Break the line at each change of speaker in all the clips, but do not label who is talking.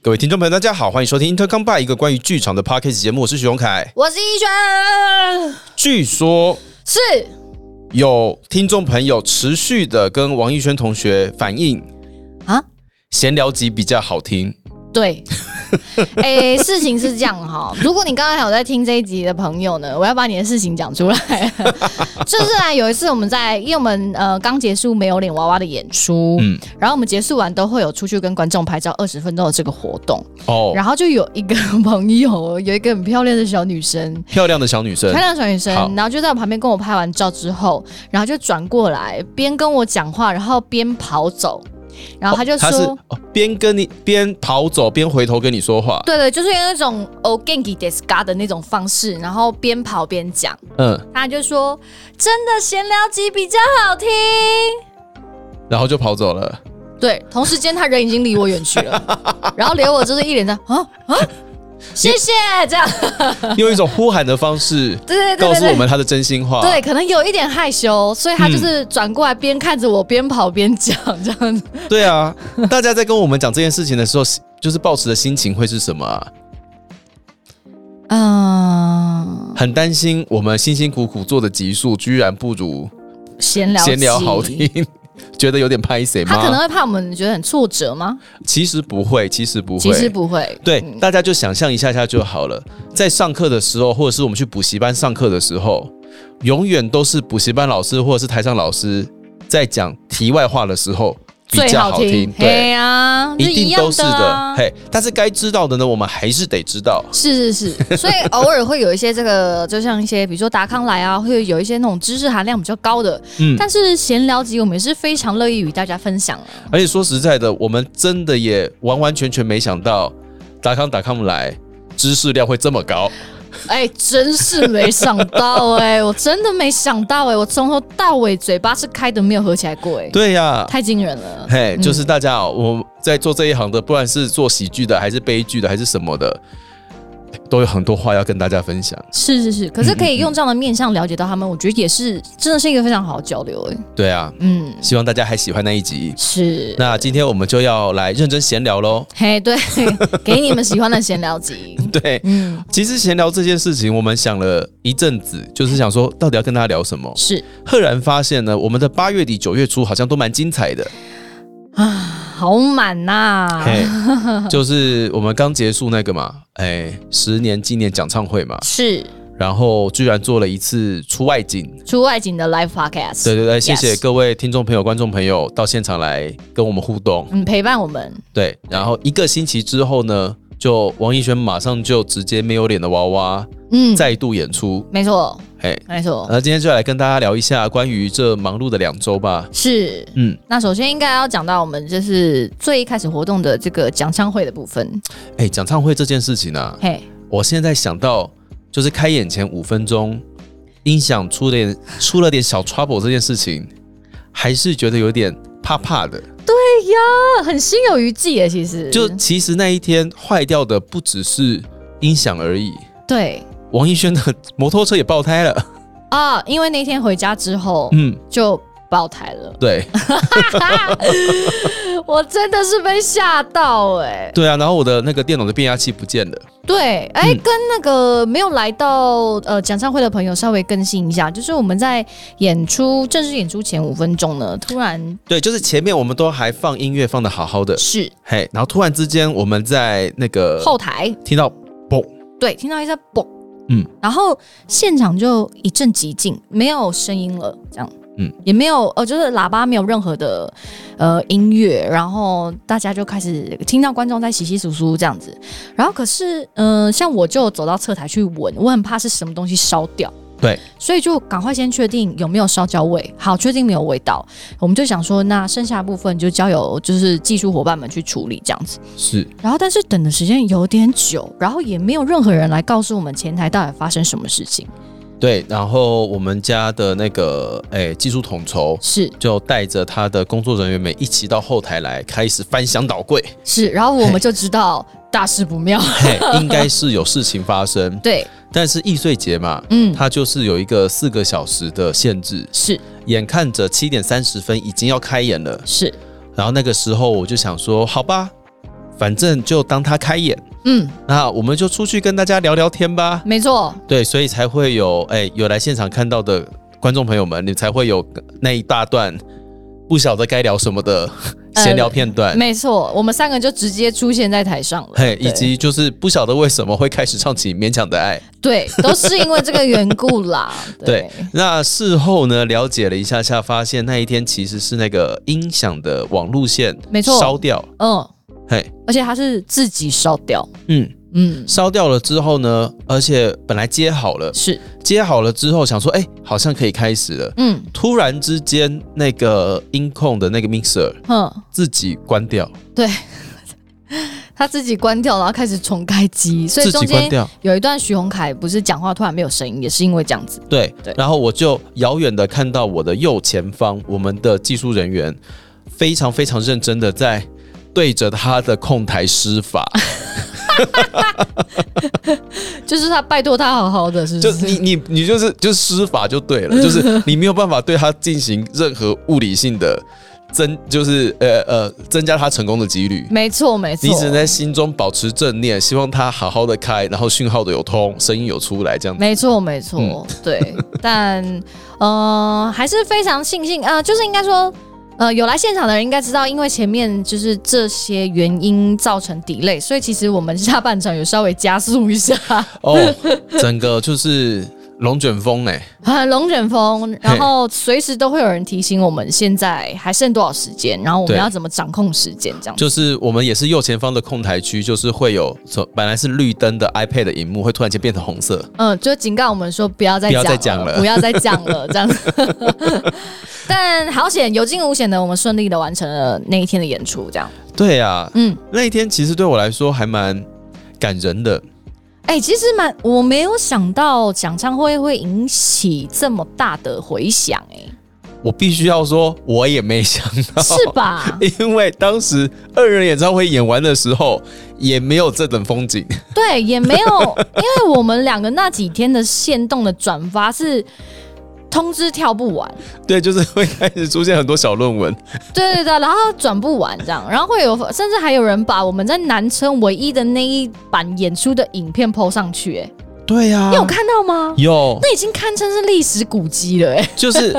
各位听众朋友，大家好，欢迎收听 Intercom By 一个关于剧场的 Podcast 节目，我是许荣凯。
我是一轩，
据说
是
有听众朋友持续的跟王艺轩同学反映，
啊，
闲聊集比较好听。
对。 哎、事情是这样哈，如果你刚刚还有在听这一集的朋友呢，我要把你的事情讲出来。 就是啊，有一次我们在，因为我们呃刚结束没有脸娃娃的演出，
嗯，
然后我们结束完都会有出去跟观众拍照二十分钟的这个活动，
哦，
然后就有一个朋友，有一个很漂亮的小女生，
漂亮的小女生
漂，亮的小女生
好，
然后就在我旁边跟我拍完照之后，然后就转过来边跟我讲话，然后边跑走，然后她就
她是
说。
哦边跟你边跑走边回头跟你说话。
对对，就是用那种 o g a n g i desu ga 的那种方式，然后边跑边讲，
嗯，
他就说真的闲聊集比较 好听。
然后就跑走了。
对，同时间他人已经离我远去了，然后留我就是一脸的啊啊，谢谢这样，
用一种呼喊的方式
对对对对对，
告诉我们嗯她的真心话。
对，可能有一点害羞，所以他就是转过来边看着我边跑边讲这样子。
对啊，大家在跟我们讲这件事情的时候，就是抱持的心情会是什么啊？
嗯，
很担心我们辛辛苦苦做的集数，居然不如
闲聊
闲聊
集
好听，觉得有点拍谁吗？
他可能会怕我们觉得很挫折吗？
其实不会，其实不会，
其实不会，
对，
嗯
大家就想象一下下就好了。在上课的时候，或者是我们去补习班上课的时候，永远都是补习班老师或者是台上老师在讲题外话的时候比
最
较好听，
嘿
对，
呀、啊，
一定都是
是啊
的，嘿。但是该知道的呢，我们还是得知道。
是是 是，所以偶尔会有一些这个，就像一些比如说达康来啊，会有一些那种知识含量比较高的，
嗯
但是闲聊集我们也是非常乐意与大家分享啊。
而且说实在的，我们真的也完完全全没想到达康达康来知识量会这么高。
哎、真是没想到哎、我真的没想到哎、我从头到尾嘴巴是开的，没有合起来过哎、
对啊呀、
太惊人了。
嘿，就是大家哦，我在做这一行的，不管是做喜剧的，还是悲剧的，还是什么的，都有很多话要跟大家分享。
是是是，可是可
嗯
以用这样的面向了解到他们，我觉得也是真的是一个非常好的交流哎、
对啊，
嗯，
希望大家还喜欢那一集。
是。
那今天我们就要来认真闲聊喽。
嘿，对，给你们喜欢的闲聊集。
对，
嗯，
其实闲聊这件事情，我们想了一阵子，就是想说到底要跟大家聊什么。
是
赫然发现呢，我们的八月底九月初好像都蛮精彩的。
好满呐、
嘿，就是我们刚结束那个嘛，哎，十年纪念讲唱会嘛，
是
然后居然做了一次出外景，
出外景的 live podcast，
对对对，谢谢
Yes
各位听众朋友、观众朋友到现场来跟我们互动。
嗯，陪伴我们，
对，然后一个星期之后呢，就王一璇马上就直接没有脸的娃娃
嗯，哦
再度演出。
没错，
嘿，
没错，
那今天就来跟大家聊一下关于这忙碌的两周吧。
是。
嗯，
那首先应该要讲到我们就是最一开始活动的这个讲唱会的部分，
哎，讲唱会这件事情啊，
嘿，
我现在想到就是开演前五分钟，音响出点出了点小 trouble 这件事情，还是觉得有点怕怕的。
啊，很心有余悸耶，其实
就其实那一天坏掉的不只是音响而已。
对
王一轩的摩托车也爆胎了。
啊，因为那天回家之后、
嗯，
就爆胎了，
对，
我真的是被吓到哎，
对啊。然后我的那个电脑的变压器不见了。
对，哎、
嗯
跟那个没有来到呃讲唱会的朋友稍微更新一下，就是我们在演出正式演出前五分钟呢，突然
对，就是前面我们都还放音乐放的好好的，
是
嘿，然后突然之间我们在那个
后台
听到嘣，
对听到一声嘣，
嗯，
然后现场就一阵寂静，没有声音了，这样。
嗯
嗯，也没有，呃，就是喇叭没有任何的，呃，音乐，然后大家就开始听到观众在稀稀疏疏这样子，然后可是，嗯、像我就走到侧台去闻，我很怕是什么东西烧掉，
对，
所以就赶快先确定有没有烧焦味，好，确定没有味道，我们就想说，那剩下的部分就交由就是技术伙伴们去处理这样子。
是
然后，但是等的时间有点久，然后也没有任何人来告诉我们前台到底发生什么事情。
对。然后我们家的那个哎技术统筹
是
就带着他的工作人员们一起到后台来，开始翻箱倒柜，
是，然后我们就知道大事不妙。
嘿，应该是有事情发生。
对，
但是易碎节嘛，
嗯，
它就是有一个四个小时的限制，
是
眼看着七点三十分已经要开演了，
是，
然后那个时候我就想说，好吧，反正就当他开演，
嗯，
那我们就出去跟大家聊聊天吧。
没错，
对，所以才会有哎、有来现场看到的观众朋友们，你才会有那一大段不晓得该聊什么的
呃
闲聊片段。
没错，我们三个就直接出现在台上了，
哎嘿，
对
以及就是不晓得为什么会开始唱起《勉强的爱》。
对，都是因为这个缘故 啦。
对，那事后呢，了解了一下下，发现那一天其实是那个音响的网路线
没错
烧掉，
嗯，
嘿，
而且他是自己烧掉，
嗯，
嗯，
烧掉了之后呢，而且本来接好了，
是，
接好了之后想说，哎、好像可以开始了。
嗯
突然之间，那个音控的那个 mixer
哼，
自己关掉，
他自己关掉，然后开始重开机，所以
自
中
己关
间
掉，
有一段徐宏凯不是讲话突然没有声音，也是因为这样子。
对。
对
然后我就遥远的看到我的右前方，我们的技术人员非常非常认真的在对着他的控台施法。
就是他拜托他好好的，是不？
就是你你你就是就是施法就对 了，就是你没有办法对它进行任何物理性的增，就是呃呃增加它成功的几率。
没错没错
你，只能在心中保持正念，希望它好好的开，然后讯号的有通，声音有出来，这样子。
没错没
嗯
错， 对。但呃，还是非常庆幸，呃，就是应该说。呃，有来现场的人应该知道，因为前面就是这些原因造成 delay，所以其实我们下半场有稍微加速一下，
哦，整个就是龙卷风哎、
啊，龙卷风，然后随时都会有人提醒我们现在还剩多少时间，然后我们
对
要怎么掌控时间，这样子。
就是我们也是右前方的控台区，就是会有从本来是绿灯的 iPad 的荧幕会突然间变成红色，
嗯，就警告我们说不要再
不要再
讲
讲了
不要再讲了，这样子。但好险，有惊无险的，我们顺利的完成了那一天的演出，这样。
对啊，
嗯，
那一天其实对我来说还蛮感人的，
哎、其实蛮，我没有想到讲唱会会引起这么大的回响、
我必须要说，我也没想到，？
哎，是吧
因为当时二人演唱会演完的时候，也没有这等风景。
对，也没有，因为我们两个那几天的限动的转发是通知跳不完。
对，就是会开始出现很多小论文。
对对对，然后转不完这样，然后会有，甚至还有人把我们在南村唯一的那一版演出的影片 PO 上去、欸，
对呀、
你有看到吗？
有，
那已经堪称是历史古迹了、欸，哎，
就是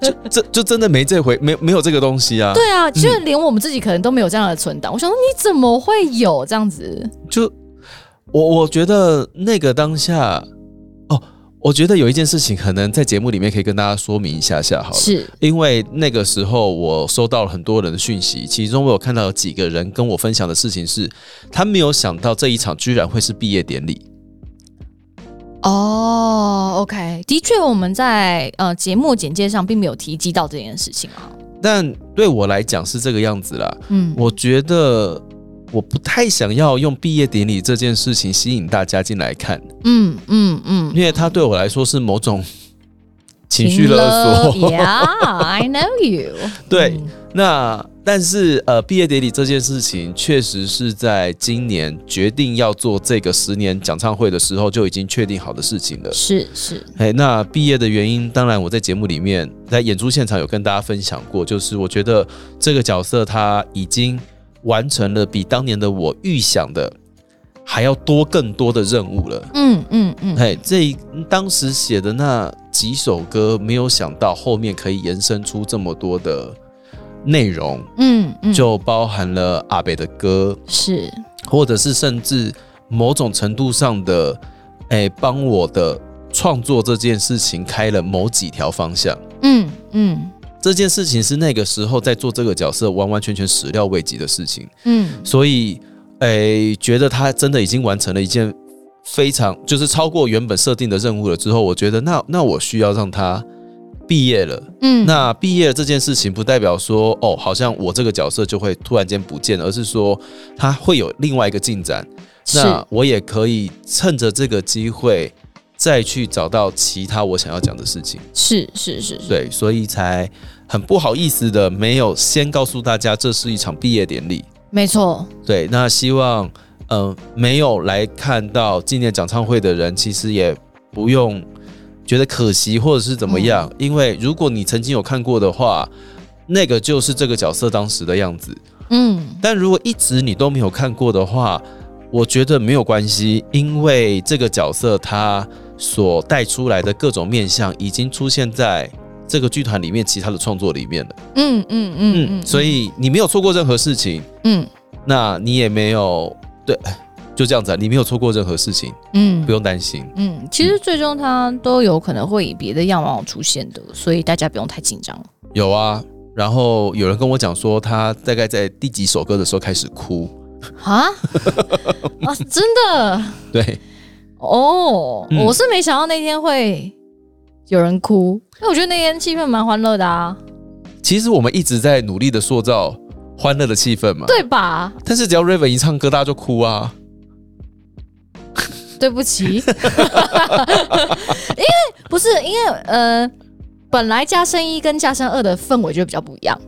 就这就真的没这回，没没有这个东西啊。
对啊，就是连我们自己可能都没有这样的存档。我想说，你怎么会有这样子？
就我我觉得那个当下，哦，我觉得有一件事情可能在节目里面可以跟大家说明一下下好了。
是，
因为那个时候我收到了很多人的讯息，其中我有看到有几个人跟我分享的事情是，他没有想到这一场居然会是毕业典礼。
哦，OK，的确，我们在呃节目简介上并没有提及到这件事情啊。
但对我来讲是这个样子啦，
嗯，
我觉得我不太想要用毕业典礼这件事情吸引大家进来看，
嗯嗯嗯，
因为它对我来说是某种情绪勒 索。
Yeah，I know you
对
嗯
那但是呃，毕业典礼这件事情确实是在今年决定要做这个十年讲唱会的时候就已经确定好的事情了。
是是，
哎，那毕业的原因，当然我在节目里面在演出现场有跟大家分享过，就是我觉得这个角色他已经完成了比当年的我预想的还要多更多的任务了。
嗯嗯嗯，
哎，这当时写的那几首歌，没有想到后面可以延伸出这么多的内容，
嗯嗯，
就包含了阿北的歌，
是
或者是甚至某种程度上的，哎，帮我的创作这件事情开了某几条方向。
嗯嗯
这件事情是那个时候在做这个角色完完全全始料未及的事情，
嗯，
所以，哎，觉得他真的已经完成了一件非常就是超过原本设定的任务了之后，我觉得那那我需要让他毕业了。
嗯
那毕业这件事情不代表说哦，好像我这个角色就会突然间不见，而是说他会有另外一个进展。
是
那我也可以趁着这个机会再去找到其他我想要讲的事情。
是是是是，
对，所以才很不好意思的没有先告诉大家这是一场毕业典礼。
没错，
对，那希望嗯、呃没有来看到纪念讲唱会的人，其实也不
嗯
用觉得可惜或者是怎么样，因为如果你曾经有看过的话，那个就是这个角色当时的样子。
嗯
但如果一直你都没有看过的话，我觉得没有关系，因为这个角色他所带出来的各种面相已经出现在这个剧团里面其他的创作里面了。
嗯嗯嗯
嗯，所以你没有错过任何事情，
嗯
那你也没有对，就这样子啊，你没有错过任何事情，
嗯
不用担心。
嗯，其实最终它都有可能会以别的样貌出现的，所以大家不用太紧张。
有啊，然后有人跟我讲说，他大概在第几首歌的时候开始哭，
啊 啊！真的
对，
哦，
嗯
我是没想到那天会有人哭，因为我觉得那天气氛蛮欢乐的啊，
其实我们一直在努力的塑造欢乐的气氛嘛。
对吧？
但是只要 Raven 一唱歌，大家就哭啊。
对不起， 因为不是因为呃，本来加深一跟加深二的氛围就比较不一样。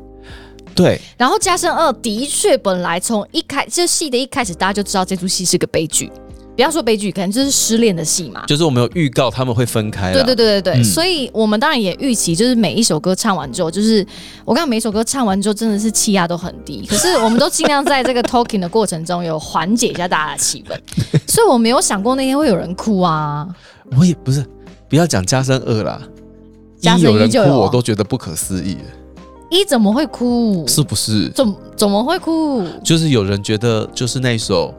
对，
然后加深二的确本来从一开就戏的一开始，大家就知道这出戏是个悲剧，不要说悲剧，可能就是失恋的戏嘛。
就是我们有预告他们会分开
对
了。
对对对对，
嗯
所以我们当然也预期，就是每一首歌唱完之后，就是我刚刚每一首歌唱完之后，真的是气压都很低。 可是我们都尽量在这个 talking 的过程中有缓解一下大家的气氛，所以我没有想过那天会有人哭啊。
我也不是，不要讲加深二啦，
加深一哦
有人
就
哭
有
我都觉得不可思议了，
一怎么会哭？
是不是？
怎怎么会哭？
就是有人觉得，就是那一首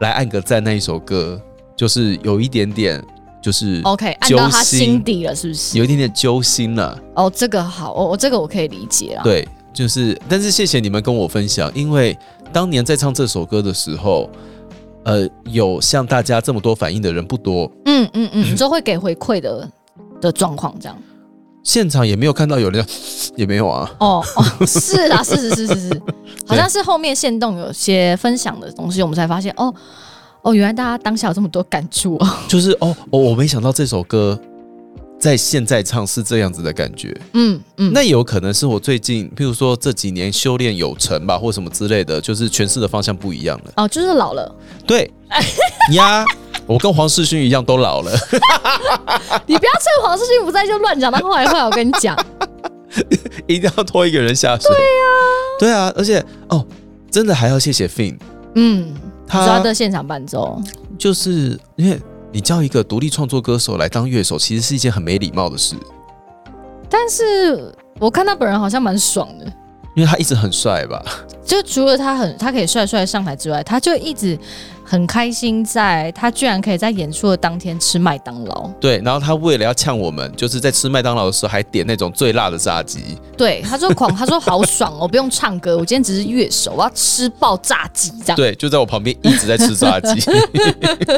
来按个赞那一首歌，就是有一点点，就是。
OK，按到他
揪心
心底了，是不是？
有一点点揪心了、
哦，这个好，我、我这个我可以理解啦。
对，就是，但是谢谢你们跟我分享，因为当年在唱这首歌的时候，呃，有像大家这么多反应的人不多，
嗯嗯嗯，就会给回馈的的状况这样。
现场也没有看到有人， 也没有啊，
哦哦，是 啊，是是是是是，好像是后面线动有些分享的东西，我们才发现哦哦，原来大家当下有这么多感触 哦。
就是哦哦，我没想到这首歌在现在唱是这样子的感觉。
嗯嗯，
那也有可能是我最近，譬如说这几年修炼有成吧，或什么之类的，就是诠释的方向不一样了。
哦，就是老了，
对 呀，我跟黄世勋一样都老了，
你不要趁黄世勋不在就乱讲他坏话，我跟你讲，
一定要拖一个人下水。对呀、对啊，而且哦，真的还要谢谢 Fin，
嗯，主要
他
的现场伴奏，
就是因为你叫一个独立创作歌手来当乐手，其实是一件很没礼貌的事，
但是我看他本人好像蛮爽的。
因为他一直很帅吧。
就除了他很他可以帅帅上台之外，他就一直很开心在，他居然可以在演出的当天吃麦当劳。
对，然后他为了要呛我们，就是在吃麦当劳的时候还点那种最辣的炸鸡。
对，他说狂，他说好爽哦，不用唱歌，我今天只是乐手，我要吃爆炸鸡这样。
对，就在我旁边一直在吃炸鸡，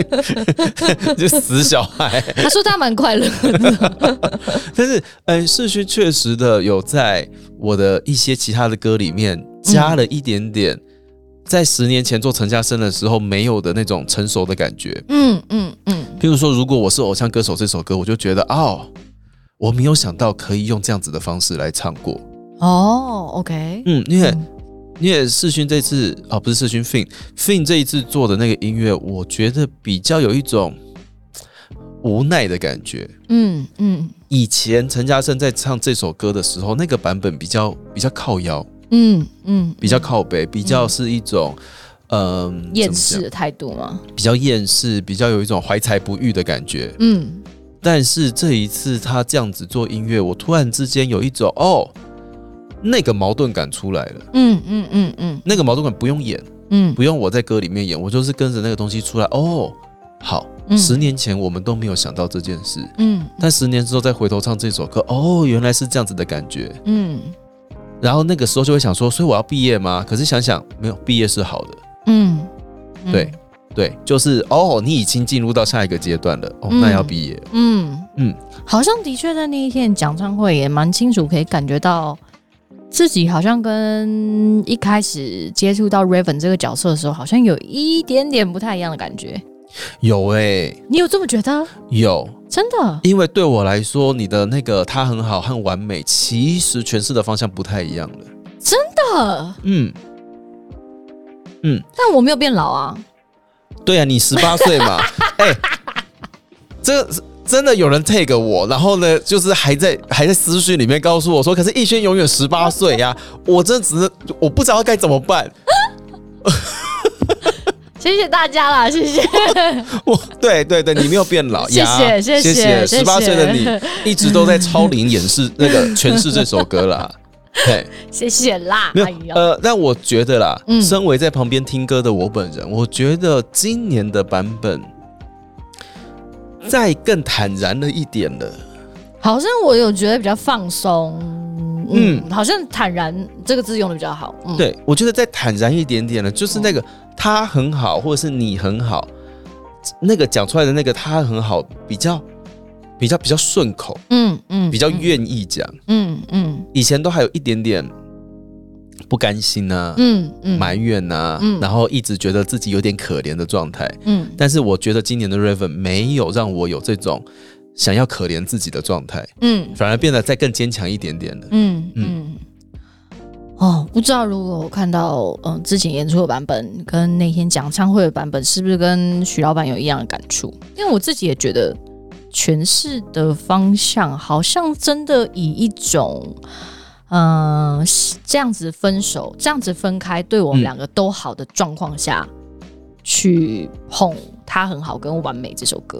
就死小孩。
他说他蛮快乐的，
但是，嗯，世勋确实的有在我的一些其他的歌里面加了一点点，在十年前做陈嘉生的时候没有的那种成熟的感觉。
嗯嗯嗯，
譬如说，如果我是偶像歌手这首歌，我就觉得哦，我没有想到可以用这样子的方式来唱过。
哦，OK，
嗯，因为、
嗯
因为世勋这次啊，不是世勋 Fin Fin 这一次做的那个音乐，我觉得比较有一种无奈的感觉。
嗯嗯
以前陈嘉生在唱这首歌的时候，那个版本比较比较靠腰，
嗯嗯，
比较靠北，比较是一种嗯
厌，
怎
世
么
的态度嘛，
讲比较厌世，比较有一种怀才不遇的感觉。
嗯
但是这一次他这样子做音乐，我突然之间有一种哦，那个矛盾感出来了。
嗯嗯嗯嗯
那个矛盾感不用演，
嗯
不用我在歌里面演，我就是跟着那个东西出来。哦，好，
嗯
十年前我们都没有想到这件事，
嗯
但十年之后再回头唱这首歌，哦，原来是这样子的感觉。
嗯
然后那个时候就会想说，所以我要毕业吗？可是想想没有，毕业是好的。
嗯，
对，对，就是哦，你已经进入到下一个阶段了，哦，
嗯
那要毕业。
嗯嗯
嗯，
好像的确在那一天讲唱会也蛮清楚，可以感觉到自己好像跟一开始接触到 Raven 这个角色的时候，好像有一点点不太一样的感觉。
有哎、
你有这么觉得？
有，
真的？
因为对我来说，你的那个他很好和完美，其实诠释的方向不太一样了。
真的？
嗯，
但我没有变老啊。
对啊，你十八岁嘛，哎、这真的有人 take 我，然后呢，就是还在还在私讯里面告诉我说，可是逸轩永远十八岁呀，我真的只是我不知道该怎么办。
谢谢大家啦，谢谢，
我对对对，你没有变老
谢
呀，
谢谢谢
十八
谢谢
岁的你一直都在超龄演示那个诠释这首歌 啦。对，
谢谢啦，
没有
哎呦，
呃，但我觉得啦，
嗯
身为在旁边听歌的我本人，我觉得今年的版本再更坦然了一点了。
好像我有觉得比较放松，嗯，
嗯
好像坦然这个字用的比较好，嗯，
对，我觉得再坦然一点点了，就是那个他很好，或者是你很好，那个讲出来的那个他很好，比较比较比较顺口，
嗯嗯，
比较
嗯
愿意讲。
嗯嗯
以前都还有一点点不甘心呐、
嗯嗯，
埋怨呐、
嗯
然后一直觉得自己有点可怜的状态。
嗯
但是我觉得今年的 Raven 没有让我有这种想要可怜自己的状态，
嗯
反而变得再更坚强一点点了。
嗯嗯。哦，不知道如果我看到嗯之前演出的版本跟那天讲唱会的版本，是不是跟徐老板有一样的感触？因为我自己也觉得诠释的方向好像真的以一种嗯、呃这样子分手、这样子分开对我们
嗯
两个都好的状况下、去碰他很好跟完美这首歌，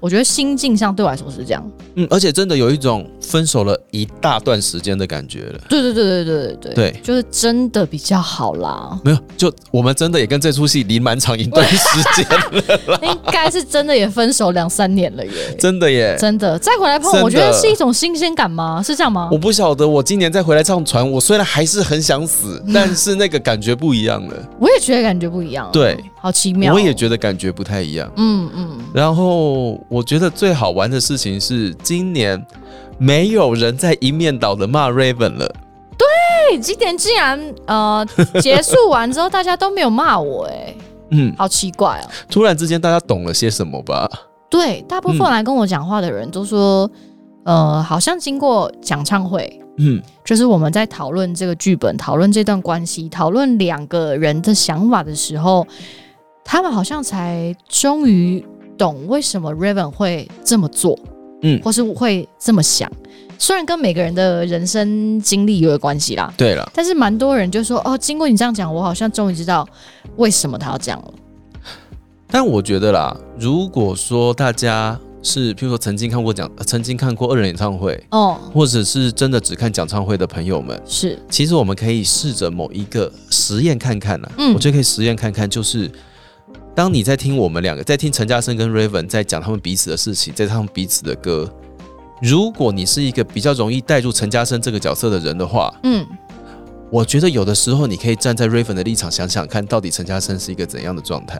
我觉得心境上对我来说是这样。
嗯，而且真的有一种分手了一大段时间的感觉了。
对对对对对对
对
就是真的比较好
，
啦
没有，就我们真的也跟这出戏离蛮长一段时间了，
应该是真的也分手两三年了耶，
真的耶。
真的再回来碰
真，的
我觉得是一种新鲜感吗？是这样吗
我？不晓得，我今年再回来唱船，我虽然还是很想死，但是那个感觉不一样了。
我也觉得感觉不一样，啊
对，
好奇妙，
我也觉得感觉不太一样。
嗯嗯
然后我觉得最好玩的事情是，今年没有人在一面倒的骂 Raven 了。
哎，今年竟然呃结束完之后，大家都没有骂我、哎，
嗯，
好奇怪哦。
突然之间大家懂了些什么吧？
对，大部分
嗯
来跟我讲话的人都说，呃，好像经过讲唱会，
嗯
就是我们在讨论这个剧本、讨论这段关系、讨论两个人的想法的时候，他们好像才终于懂为什么 Raven 会这么做，
嗯
或是会这么想。虽然跟每个人的人生经历有关系啦，
对了，
但是蛮多人就说：“哦，经过你这样讲，我好像终于知道为什么他要这样了。
但我觉得啦，如果说大家是，譬如说曾经看过讲，呃曾经看过二人演唱会”，
哦，
或者是真的只看讲唱会的朋友们，
是，
其实我们可以试着某一个实验看看呢、啊
嗯
我觉得可以实验看看，就是当你在听我们两个，在听陈嘉生跟 Raven 在讲他们彼此的事情，在唱彼此的歌。如果你是一个比较容易带入陈嘉生这个角色的人的话，
嗯
我觉得有的时候你可以站在 Raven 的立场想想看，到底陈嘉生是一个怎样的状态。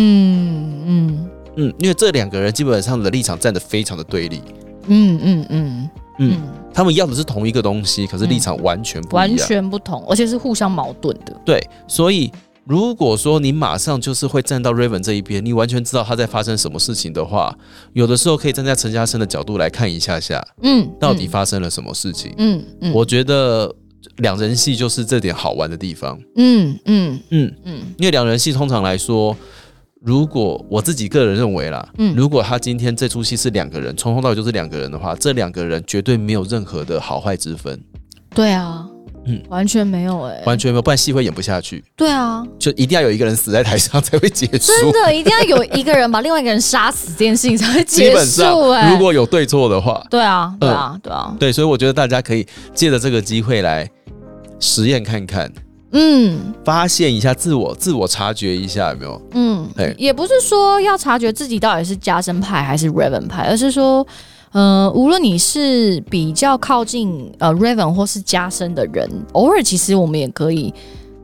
嗯嗯
嗯，因为这两个人基本上的立场站得非常的对立，
嗯嗯嗯
嗯，
嗯，
他们要的是同一个东西，可是立场完全不一样。
完全不同，而且是互相矛盾的。
对，所以如果说你马上就是会站到 Raven 这一边，你完全知道他在发生什么事情的话，有的时候可以站在陈嘉生的角度来看一下下，
嗯，
到底
嗯
发生了什么事情。
嗯嗯，
我觉得两人戏就是这点好玩的地方。
嗯嗯
嗯，
嗯
因为两人戏通常来说，如果我自己个人认为啦，
嗯
如果他今天这出戏是两个人，从头到尾就是两个人的话，这两个人绝对没有任何的好坏之分，
对啊，
嗯
完全没有哎、
完全没有，不然戏会演不下去，
对啊，
就一定要有一个人死在台上才会结束。
真的一定要有一个人把另外一个人杀死，这件事情才会
基
结
本
束
上
哎、
啊如果呃有对错的话，
对啊，对啊，对啊，
对，所以我觉得大家可以借着这个机会来实验看看，
嗯
发现一下自我，自我察觉一下有没有？
嗯
对，
也不是说要察觉自己到底是加深派还是 Raven 派，而是说。呃，无论你是比较靠近呃 Raven 或是加深的人，偶尔其实我们也可以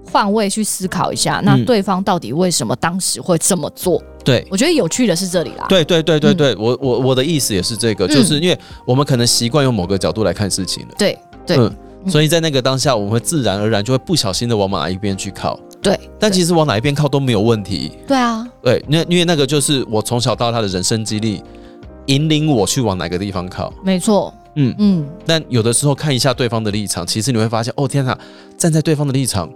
换位去思考一下，那
嗯
对方到底为什么当时会这么做？
对。
我觉得有趣的是这里啦。
对对对对
嗯
对，我我我的意思也是这个，就是因为我们可能习惯用某个角度来看事情了，
对对嗯
嗯，所以在那个当下，我们会自然而然就会不小心的往哪一边去靠，
对，
但
对
其实往哪一边靠都没有问题，
对啊，
对，那因为那个就是我从小到大的人生经历，引领我去往哪个地方靠，
没错，
嗯，
嗯，
但有的时候看一下对方的立场，其实你会发现，哦天哪，站在对方的立场，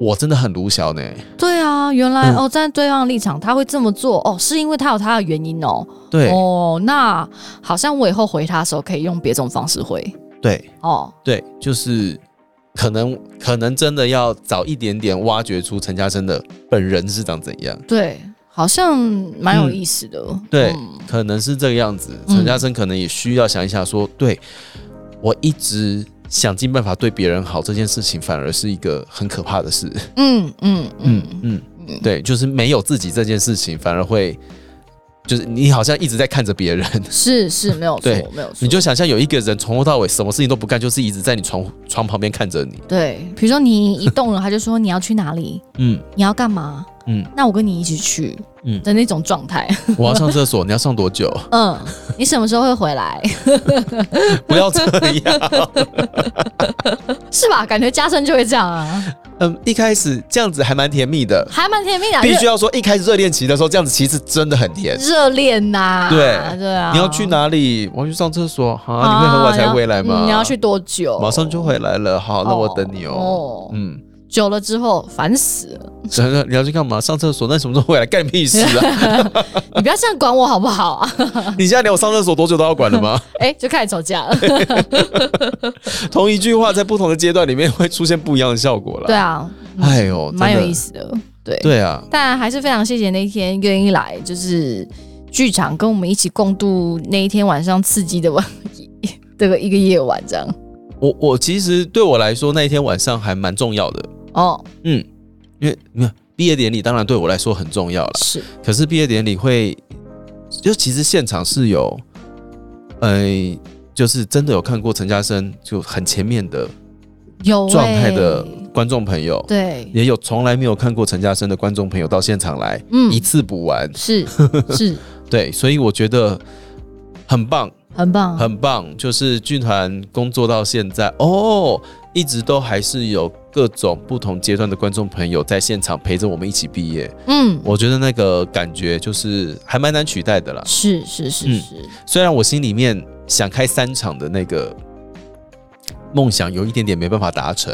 我真的很鲁小呢。
对啊，原来、
嗯
哦，站在对方的立场，他会这么做哦，是因为他有他的原因哦。
对、
哦，那好像我以后回他的时候可以用别种方式回
对
哦。
对，就是可能可能真的要早一点点挖掘出陈嘉生的本人是长怎样，
对，好像蛮有
嗯
意思的。
对
嗯
可能是这个样子。
嗯
陈嘉生可能也需要想一下说对我一直想尽办法对别人好这件事情，反而是一个很可怕的事。
嗯嗯
嗯
嗯
嗯，
嗯，
对，就是没有自己这件事情，反而会就是你好像一直在看着别人。
是是没有错
对，
没有错。
你就想象有一个人从头到尾什么事情都不干，就是一直在你床床旁边看着你。
对，比如说你一动了，他就说你要去哪里，
嗯
你要干嘛，
嗯
那我跟你一起去，
嗯，
的那种状态。
我要上厕所，你要上多久？
嗯，你什么时候会回来？
不要这样。
是吧？感觉加深就会这样啊，
嗯，一开始这样子还蛮甜蜜的，
还蛮甜蜜的啊，
必须
热
要说一开始热恋期的时候这样子其实真的很甜。
热恋呐。
对
对啊，
你要去？哪里？我要去上厕所啊！
啊
你会很晚才回来吗？
你要去多久？
马上就回来了。好，那我等你
哦
哦。嗯，
久了之后烦死了，
真的你要去干嘛？上厕所？那你什么时候回来？干你屁事 啊！
你不要这样管我好不好 啊？
你现在连我上厕所多久都要管了吗？
哎，就开始吵架了。
同一句话在不同的阶段里面会出现不一样的效果了。
对，啊，
哎呦，
蛮有
真的
意。思的。对，
对啊，
但还是非常谢谢那天愿意来，就是剧场跟我们一起共度那一天晚上刺激的晚 这个一个夜晚这样。
我我其实对我来说那一天晚上还蛮重要的，
哦，
嗯，因为你看毕业典礼当然对我来说很重要了，
是，
可是毕业典礼会就其实现场是有，呃，就是真的有看过陈嘉生就很前面的
有
状态
欸
的观众朋友，
对，
也有从来没有看过陈嘉生的观众朋友到现场来、
嗯
一，次补完，
是 是，
对，所以我觉得很棒。
很棒，
很棒，就是剧团工作到现在哦，一直都还是有各种不同阶段的观众朋友在现场陪着我们一起毕业，
嗯，
我觉得那个感觉就是还蛮难取代的啦。
是是是
嗯
是，
虽然我心里面想开三场的那个梦想有一点点没办法达成，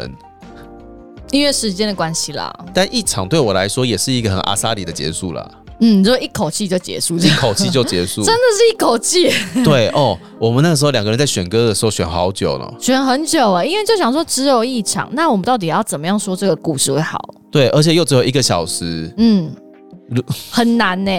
因为时间的关系啦，
但一场对我来说也是一个很阿萨里的结束啦，
嗯，就一口气就结束这
一
样，
口气就结束
真。的是一口气，
对哦，我们那个时候两个人在选歌的时候选好久了。
选很久啊，因为就想说只有一场，那我们到底要怎么样说这个故事会好？
对，而且又只有一个小时，
嗯
如，
很难呢、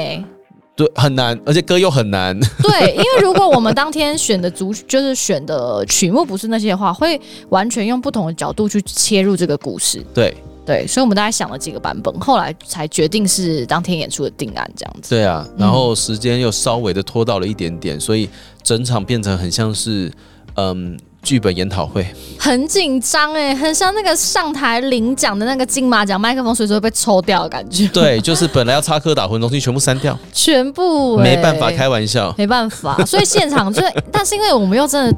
对，很难，而且歌又很难。
对，因为如果我们当天选的主就是选的曲目不是那些的话，会完全用不同的角度去切入这个故事。
对，
对，所以我们大概想了几个版本，后来才决定是当天演出的定案这样子。
对啊，然后时间又稍微的拖到了一点点，所以整场变成很像是嗯剧本研讨 会。
很紧张哎，很像那个上台领奖的那个金马奖，麦克风随时会被抽掉的感觉。
对，就是本来要插科打诨的东西全部删掉，
全部、欸、
没办法开玩笑。
没办法，所以现场就是， 但是因为我们又真的，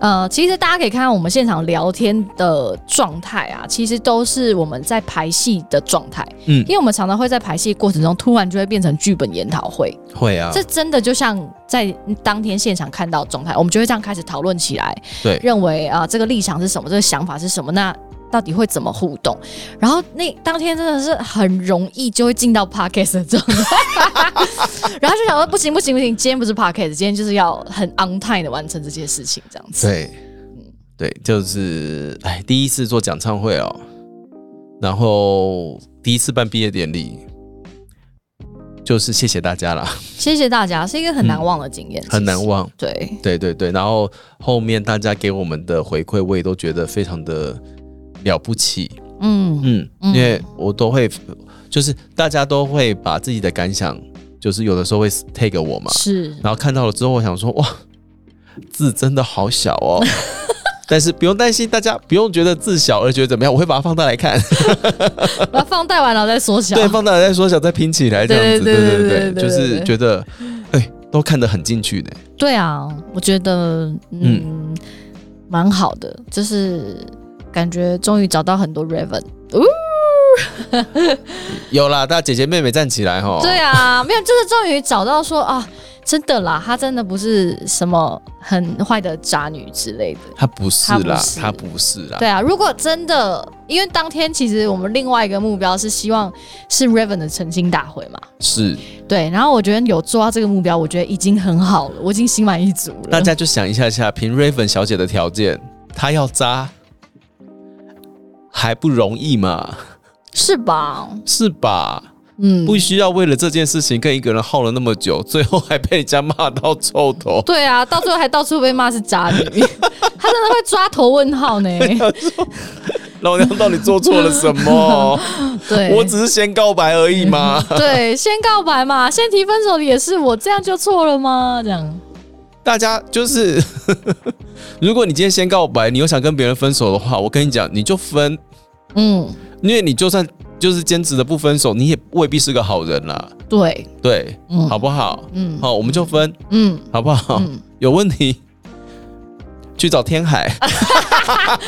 呃，其实大家可以看到我们现场聊天的状态啊，其实都是我们在排戏的状态，
嗯
因，为我们常常会在排戏过程中突然就会变成剧本研讨会，
会啊
这，真的就像在当天现场看到的状态，我们就会这样开始讨论起来，
对
认为啊、这个立场是什么，这个想法是什么，那。到底会怎么互动？然后那当天真的是很容易就会进到 podcast 的状态，然后就想说不行不行不行，今天不是 podcast，今天就是要很 on time 的完成这些事情，这样子。
对，对，就是哎，第一次做讲唱会哦，然后第一次办毕业典礼，就是谢谢大家啦，
谢谢大家，是一个很难忘的经验，
很难
其实。
忘。
对，
对对对，然后后面大家给我们的回馈，我也都觉得非常的了不起。
嗯
嗯，
嗯
因为我都会，就是大家都会把自己的感想，就是有的时候会 take 我嘛，
是
然后看到了之后，我想说，哇，字真的好小哦。 但是不用担心，大家不用觉得字小而觉得怎么样，我会把它放大来看，
把它放贷完了再缩小。
对，放大来再缩小，再拼起来这样子，对
对对对对对
对，就
对
是
对
觉得，哎，都看得很进去呢。
对啊，我觉得嗯，蛮、好的，就是感觉终于找到很多 Raven。
有啦，大家姐姐妹妹站起来哈，哦
对啊，没有，就是终于找到说啊，真的啦，她真的不是什么很坏的渣女之类的。
他不是
他不
啦，
是
他不是啦，
对啊，如果真的，因为当天其实我们另外一个目标是希望是 Raven 的澄清大会嘛，
是
对，然后我觉得有做到这个目标，我觉得已经很好了，我已经心满意足了。
大家就想一下下，凭 Raven 小姐的条件，她要渣还不容易嘛？
是吧？
是吧？
嗯，
不需要为了这件事情跟一个人耗了那么久，最后还被人家骂到臭头。
对啊，到最后还到处被骂是渣女， 她真的会抓头问号 呢。
老娘到底做错了什么？
对，嗯
我只是先告白而已嘛。
对先告白嘛，先提分手的也是我，这样就错了吗？这样
大家就是， 如果你今天先告白，你又想跟别人分手的话，我跟你讲，你就分，
嗯，
因为你就算就是坚持的不分手，你也未必是个好人啦。
对，
对，
嗯，
好不好？
嗯，
好，我们就分，
嗯，
好不好？
嗯，
有问题去找天海，
啊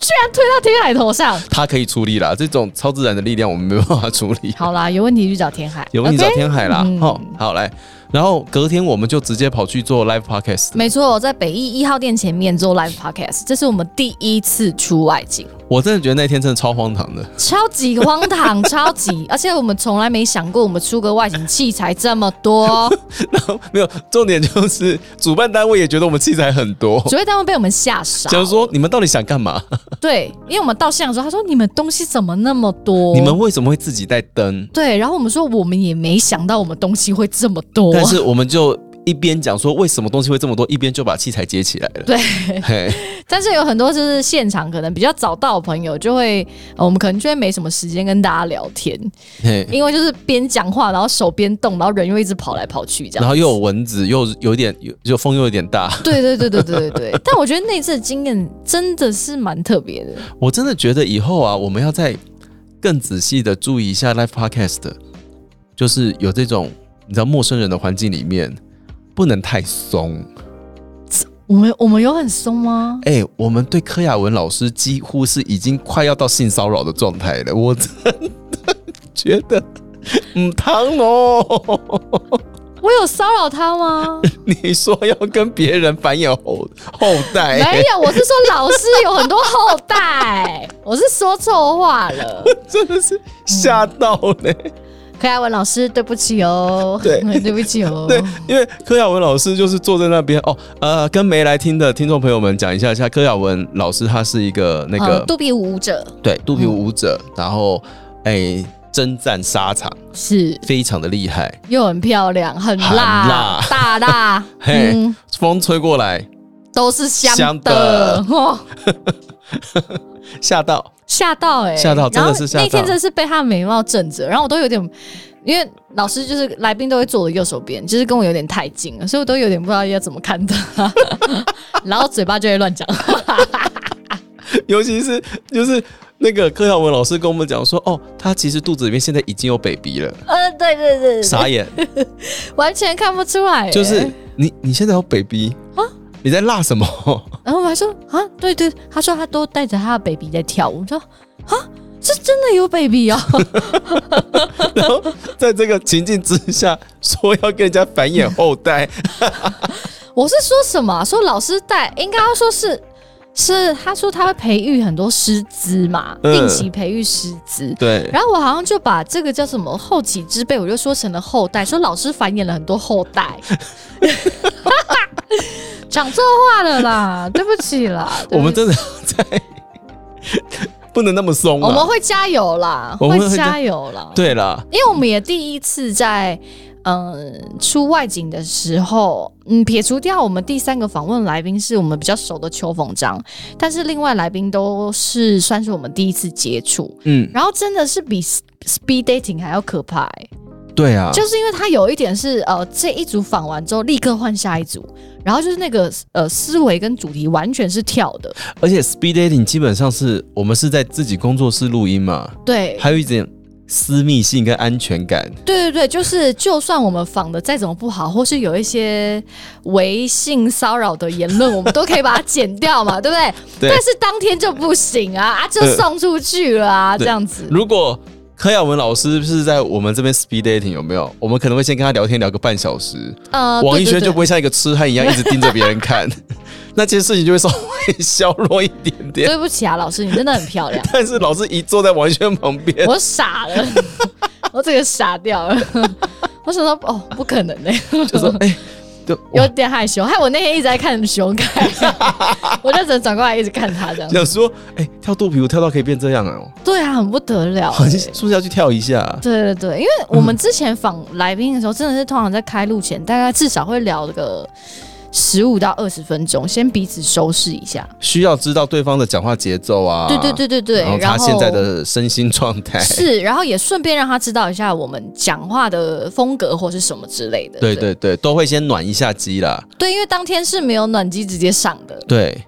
居然推到天海头上。
他可以处理啦。这种超自然的力量，我们没办法处理。
好啦，有问题去找天海，
有问题找
OK？
天海啦。
嗯
好，好来，然后隔天我们就直接跑去做 live podcast。
没错，在北艺一号店前面做 live podcast，这是我们第一次出外景，
我真的觉得那天真的超荒唐的。
超级荒唐，超级，而且我们从来没想过我们出个外景器材这么 多，
没有，重点就是主办单位也觉得我们器材很多，
主会单位被我们吓傻。
想说你们到底想干嘛？
对，因为我们到现场的时候，他说你们东西怎么那么多？
你们为什么会自己带灯？
对，然后我们说我们也没想到我们东西会这么多，
但是我们就一边讲说为什么东西会这么多，一边就把器材接起来了。
对
嘿，
但是有很多就是现场可能比较早到的朋友就会，呃我们可能就会没什么时间跟大家聊天，
嘿，
因为就是边讲话，然后手边动，然后人又一直跑来跑去这样。
然后又有蚊子，又有点有就风又有点大，
对对对对对对 对，但我觉得那次的经验真的是蛮特别的。
我真的觉得以后啊，我们要再更仔细的注意一下 live podcast，就是有这种你知道陌生人的环境里面不能太松。
我们我们有很松吗？
哎、我们对柯雅文老师几乎是已经快要到性骚扰的状态了，我真的觉得。嗯，唐哦，
我有骚扰他吗？
你说要跟别人繁衍后后代、
没有，我是说老师有很多后代，我是说错话 了。
真的是吓到嘞、
柯亚文老师，对不起哦，
对
对不起哦，
对，因为柯雅文老师就是坐在那边哦，呃，跟没来听的听众朋友们讲一下下，柯雅文老师他是一个那个、
呃杜嗯比舞者
对肚皮舞者，然后哎征战沙场，
是
非常的厉害，
又很漂亮，很
很
辣，
辣
大大，
嘿
嗯，
风吹过来
都是香
香的
哦
吓到，
吓到哎、欸，
吓到真的是吓到
然后那天真的是被她的美貌震着，然后我都有点，因为老师就是来宾都会坐我的右手边，就是跟我有点太近了，所以我都有点不知道要怎么看她， 然后嘴巴就会乱讲。
尤其是就是那个柯雅文老师跟我们讲说，哦，他其实肚子里面现在已经有 baby 了，
呃，对对对对，
傻眼，
完全看不出来欸、
就是你你现在有 baby 啊，你在辣什么？
然后我还说啊，对对，他说他都带着他的 baby 在跳舞，我说啊，是真的有 baby 哦，
然后在这个情境之下，说要跟人家繁衍后代，
我是说什么啊、说老师带，应该要说是是，他说他会培育很多师资嘛，
嗯
定期培育师资。
对，
然后我好像就把这个叫什么后起之辈，我就说成了后代，说老师繁衍了很多后代， 讲错话了啦，对不起啦，
我们
对
真的在 不能那么松
不起我们
啊。
会加油啦，
我们会加
加油啦，
对啦，
因为我们也第一次在嗯出外景的时候，嗯，撇除掉我们第三个访问来宾是我们比较熟的邱凤章，但是另外来宾都是算是我们第一次接触，
嗯，
然后真的是比 s- speed dating 还要可怕、欸，
对啊，
就是因为它有一点是呃这一组访完之后立刻换下一组，然后就是那个呃思维跟主题完全是跳的，
而且 speed dating 基本上是我们是在自己工作室录音嘛，
对。
还有一点私密性跟安全感。
对对对，就是就算我们仿的再怎么不好，或是有一些违性骚扰的言论，我们都可以把它剪 掉嘛，对不对？
对
但是当天就不行啊，啊，就送出去了啊，
对
这样子。
如果柯耀文老师是在我们这边 speed dating 有没有？我们可能会先跟他聊天聊个半小时，
呃，
王一
对
轩
对
就
对
不会像一个痴汉一样一直盯着别人看， 那其实事情就会稍微消弱一点点。，
对不起啊，老师，你真的很漂亮
但是老师一坐在王一轩旁边，
我傻了， 我这个傻掉了。 我想说，哦，不可能呢、
就说：“哎、就
有点害羞，害我那天一直在看熊凯， 我就只能转过来一直看 他这样。
想说，哎、跳肚皮舞跳到可以变这样啊，
对啊，很不得了、
很
欸
是。不是要去跳一下、
对对对，因为我们之前访来宾的时候，真的是通常在开录前，大概至少会聊个十五到二十分钟，先彼此收拾一下。
需要知道对方的讲话节奏啊，
对对对对对，
然后
然
他
后
现在的身心状态，
是，然后也顺便让他知道一下我们讲话的风格或是什么之类的。
对对对，都会先暖一下机啦，
对，因为当天是没有暖机直接上的，
对。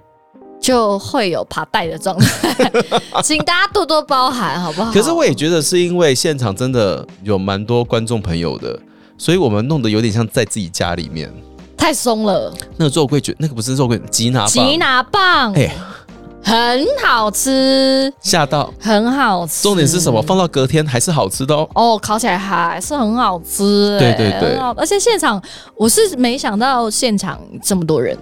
就会有爬带的状态， 请大家多多包涵，好不好？
可是我也觉得是因为现场真的有蛮多观众朋友的，所以我们弄得有点像在自己家里面。
太松了，
那个肉桂卷，那个不是肉桂卷，吉拿棒，
吉拿棒，
哎
很好吃，
吓到。
很好吃。
重点是什么？？放到隔天还是好吃的哦。
哦，烤起来还是很好吃、
对
哎
对对
很好而且现场我是没想到现场这么多人，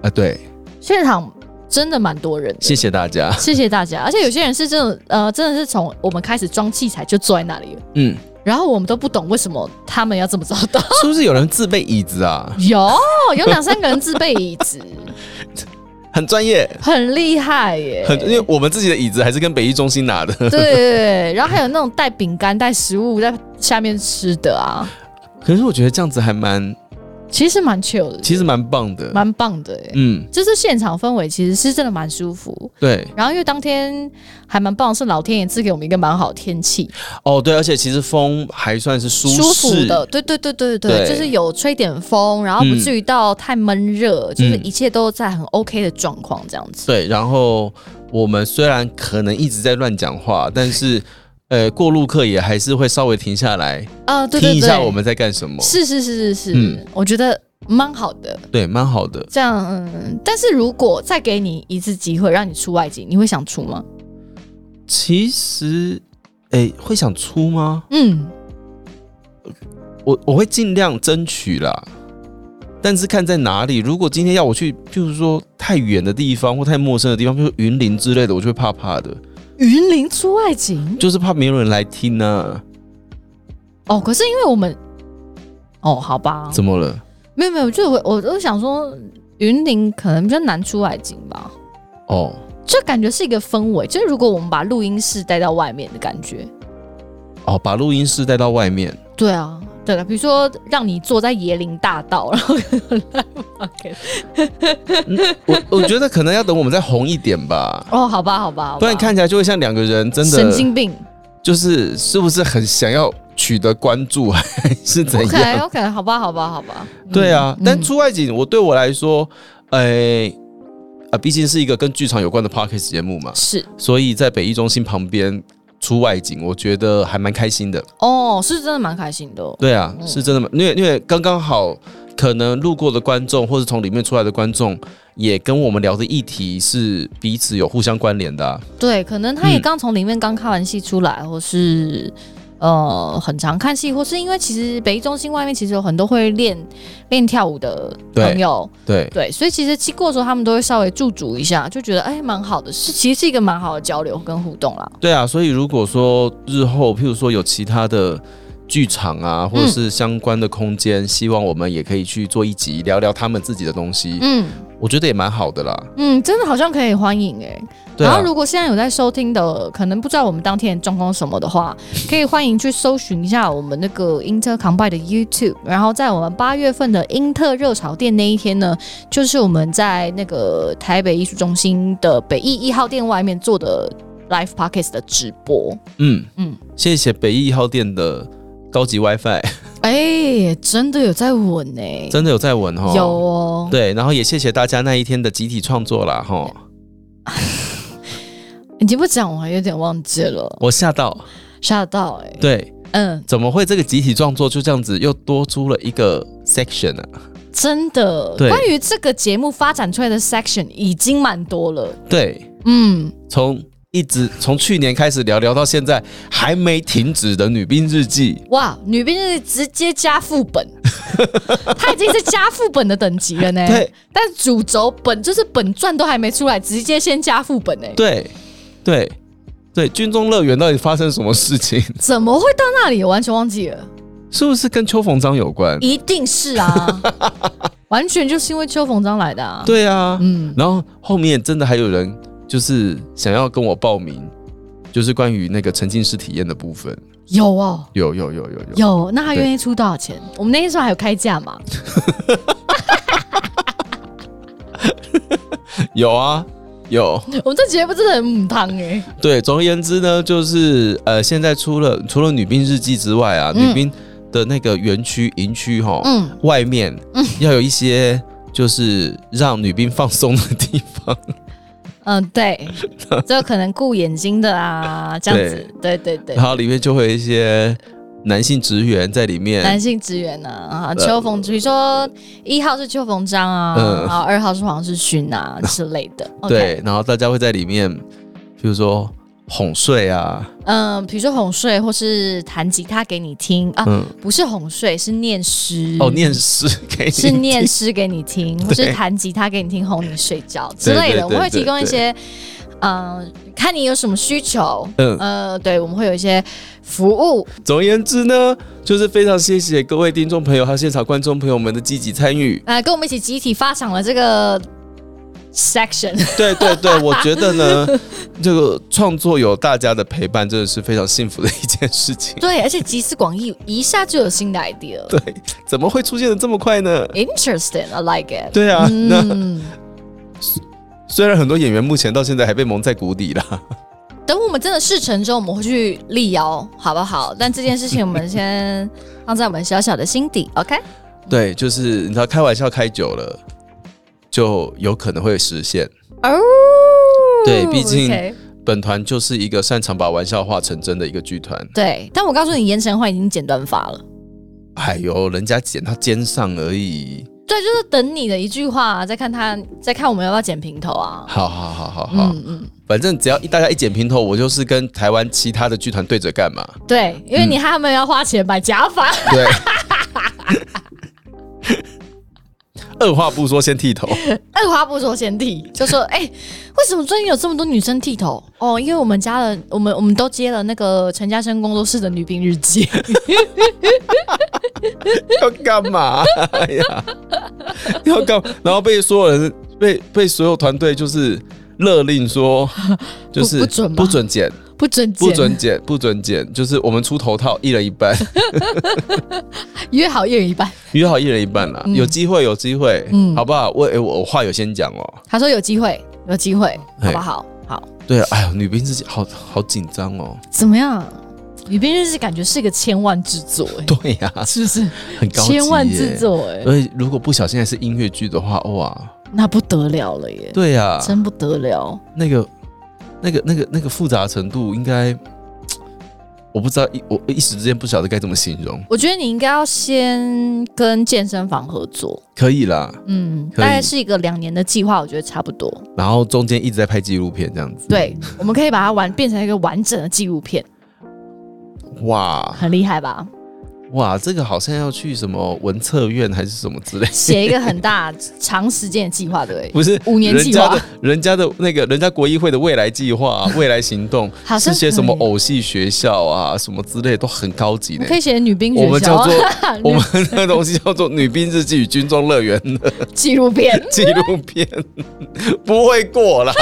啊，对，
现场真的蛮多人的。
谢谢大家。
谢谢大家，而且有些人是真的，呃，真的是从我们开始装器材就坐在那里了，
嗯，
然后我们都不懂为什么他们要这么早 到。
是不是有人自备椅子啊？
有有两三个人自备椅子，
很专业，
很厉害耶。
很，因为我们自己的椅子还是跟北艺中心拿的。
对对对，然后还有那种带饼干、带食物在下面吃的啊，
可是我觉得这样子还蛮，
其实蛮 chill 的，
其实蛮棒的。
蛮棒的耶。
嗯，
就是现场氛围其实是真的蛮舒服，
对，
然后因为当天还蛮棒，是老天爷赐给我们一个蛮好的天气，
哦对，而且其实风还算是舒适
舒服的，对对对对对，
对
就是有吹点风，然后不至于到太闷热，就是
嗯
一切都在很 OK 的状况这样子。
对，然后我们虽然可能一直在乱讲话，但 是呃，过路客也还是会稍微停下来
啊、对
听
对
一下我
对，
们在干什么。
是是是是是，
嗯
我觉得蛮好的。
对，蛮好的。
这样，嗯，但是如果再给你一次机会让你出外景，你会想出吗？
其实，哎、会想出吗？
嗯，
我我会尽量争取啦，但是看在哪里。如果今天要我去，譬如说太远的地方或太陌生的地方，譬如说云林之类的，我就会怕怕的，
云林出外景
就是怕没有人来听啊呢、
哦，可是因为我们，哦，好吧，
怎么了？
没有没有，就是我我都想说，云林可能比较难出外景吧，
哦，
就感觉是一个氛围，就是如果我们把录音室带到外面的感觉，
哦，把录音室带到外面。
对啊，对了，比如说让你坐在椰林大道，然后 OK，
我我觉得可能要等我们再红一点吧，
哦，好吧好吧，好吧
不然看起来就会像两个人真
神
的
经病
就是是不是很想要取得关注，还是怎
，OK
样？
OK，好吧好吧好吧，
对啊，
嗯
但出外景，我对我来说，哎。啊，毕竟是一个跟剧场有关的 podcast 节目嘛，
嗯是
所以在北艺中心旁边出外景，我觉得还蛮开心的。
哦，是真的蛮开心的哦、
对啊，
嗯
是真的吗？因为因为刚刚好，可能路过的观众或是从里面出来的观众，也跟我们聊的议题是彼此有互相关联的、啊。
对，可能他也
嗯
刚从里面刚看完戏出来，或是呃很常看戏，或是因为其实北艺中心外面其实有很多会练练跳舞的朋友，
对，
对，所以其实经过的时候他们都会稍微驻足一下，就觉得哎蛮好的，是其实是一个蛮好的交流跟互动啦。
对啊，所以如果说日后，譬如说有其他的剧场啊，或者是相关的空间，希望我们也可以去做一集，聊聊他们自己的东西，
嗯
我觉得也蛮好的啦。
嗯，真的好像可以欢迎哎、
对啊
然后，如果现在有在收听的，可能不知道我们当天的状况是什么 的话，可以欢迎去搜寻一下我们那个英特 combine 的 YouTube。然后在我们八月份的英特热潮店那一天呢，就是我们在那个台北艺术中心的北艺一号店外面做的 Live Podcast 的直播。
嗯
嗯
嗯，谢谢北艺一号店的高级 WiFi，
哎、真的有在稳哎、
真的有在闻哦。
有哦。
对，然后也谢谢大家那一天的集体创作啦，哈，
你不讲我还有点忘记了，
我吓到，
吓到哎、
对，
嗯，
怎么会这个集体创作就这样子又多出了一个 section 呢、啊？
真的。
对
关于这个节目发展出来的 section 已经蛮多了。
对，
嗯，
从一直从去年开始聊聊到现在还没停止的《女兵日记》。
哇，女兵就是直接加副 本，它已经是加副本的等级了呢。
对，
但主轴本就是本传都还没出来，直接先加副本呢、欸
对，对，对，军中乐园到底发生什么事情？
怎么会到那里？我完全忘记了，
是不是跟邱逢章有关？
一定 是啊，完全就是因为邱逢章来的啊。，
对啊，
嗯，
然后后面真的还有人就是想要跟我报名，就是关于那个沉浸式体验的部分。
有哦，
有有有有有，
有。那他愿意出多少钱？我们那天说还有开 价嘛？
有啊有。
我们这节目真的很母汤哎，
对，总而言之呢，就是呃，现在除了除了女兵日记之外啊，
嗯
女兵的那个园区营区哈，
嗯，
外面要有一些就是让女兵放松的地方。
嗯， 对，就可能顾眼睛的啊，这样子，对对 对
然，后里面就会有一些男性职员在里面。
男性职员呢啊，
呃
邱逢，比如说一号是邱逢章啊，
嗯
然后二号是黄世勋啊之类的，OK，
对，然后大家会在里面，比如说哄睡啊，
嗯，比如说哄睡或是弹吉他给你听啊，
嗯，
不是哄睡，是念诗
哦，念诗给你，
是念诗给你听，或 是
对
弹吉他给你听，哄你睡觉之
对
类
对
的。我们会提供一
对
些，嗯，看你有什么需求，
嗯
呃，对，我们会有一些服务。
总而言之呢，就是非常谢谢各位听众朋友还有现场观众朋友们的积极参与。
呃，跟我们一起集体发想了这个 section，
对对对，我觉得 呢，这个创作有大家的陪伴，真的是非常幸福的一件事情。
对，而且集思广益，一下就有新的 idea 了。
对，怎么会出现的这么快呢？
Interesting, I like it。
对啊，那
嗯，
虽然很多演员目前到现在还被蒙在鼓里啦，
等我们真的事成之后，我们会去力邀，好不好？但这件事情我们先放在我们小小的心底，OK？
对，就是你知道，开玩笑开久了，就有可能会实现。
哦，
对毕竟
OK
本团就是一个擅长把玩笑化成真的一个剧团。
对，但我告诉你，严晨焕已经剪短发了。
哎呦，人家剪他肩上而已。
对，就是等你的一句话、再看他，再看我们要不要剪平头啊？
好好好好好，
嗯嗯，
反正只要一大家一剪平头，我就是跟台湾其他的剧团对着干嘛。
对，因为
嗯
你他们要花钱买假发，
对， 二话不说先剃头。
二话不说先剃，就说哎、为什么最近有这么多女生剃头？哦，因为我们家的，我们我们都接了那个陈嘉生工作室的女兵日记。
要干嘛呀？要干嘛？然后被所有人被被所有团队就是勒令说，就是
不不准吗
不准剪，
不准剪，
不准剪，不准剪，就是我们出头套，一人一半，
约好一人一半。
约好一人一半啦。
嗯
有机会，有机会，
嗯
好不好？我诶我我话有先讲哦。
他说有机会， 有机会，
嘿
好不好？好，
对啊，哎呦，女兵自己好好紧张哦。
怎么样？女兵日记感觉是个千万之作、哎
对呀、
是不是？
很高级耶啊
千万之。作、哎，
而且如果不小心还是音乐剧的话，哇，
那不得了了耶，
对啊呀、
欸真不得了。
那个、那个、那个、那个复杂程度，应该我不知道，一我一时之间不晓得该怎么形容。
我觉得你应该要先跟健身房合作，
可以啦，
嗯，
可以
大概是一个两年的计划，我觉得差不多。
然后中间一直在拍纪录片这样子。，
对，我们可以把它完变成一个完整的纪录片，
哇
很厉害吧？
哇，这个好像要去什么文策院还是什么之类，
写一个很大长时间的计划，对不对？
不是
五年
人
计
家
划
的，人家的那个人家国议会的未来计划、啊未来行动
好像
是些什么
可以
偶戏学校啊，什么之类都很高级
我
的
可。以写女兵
我
学
们
校
叫
啊
做 我们那东西叫做《女兵日记与军中乐园》的
纪录片，
纪录片，不会过 啦，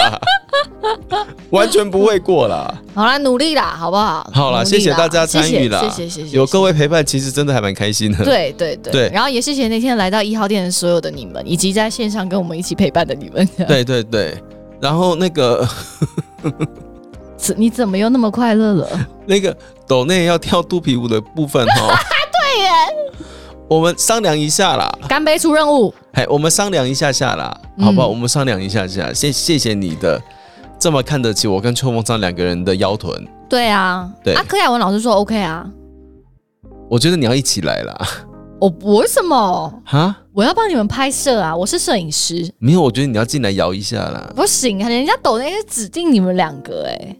完全不会过啦。
好啦，努力啦，好不好？
好啦，
努力
谢谢大家参与啦，
谢谢谢谢谢谢，
有各位陪伴，其实真的还蛮开心的。
对对对，
对
然后也谢谢那天来到一号店的所有的你们，以及在线上跟我们一起陪伴的你们。
对对对，然后那个
怎，你怎么又那么快乐了？
那个抖内要跳肚皮舞的部分哈，
对耶，
我们商量一下啦，
哎干杯出任务，
哎，我们商量一下下啦，好不好？
嗯
我们商量一下下，谢谢谢你的这么看得起我跟邱梦章两个人的腰臀，
对啊，
对
啊，柯雅文老师说 OK 啊，
我觉得你要一起来啦。
我我为什么
哈，
我要帮你们拍摄啊？我是摄影师，
没有，我觉得你要进来摇一下啦。
不行啊！人家抖那是指定你们两个哎、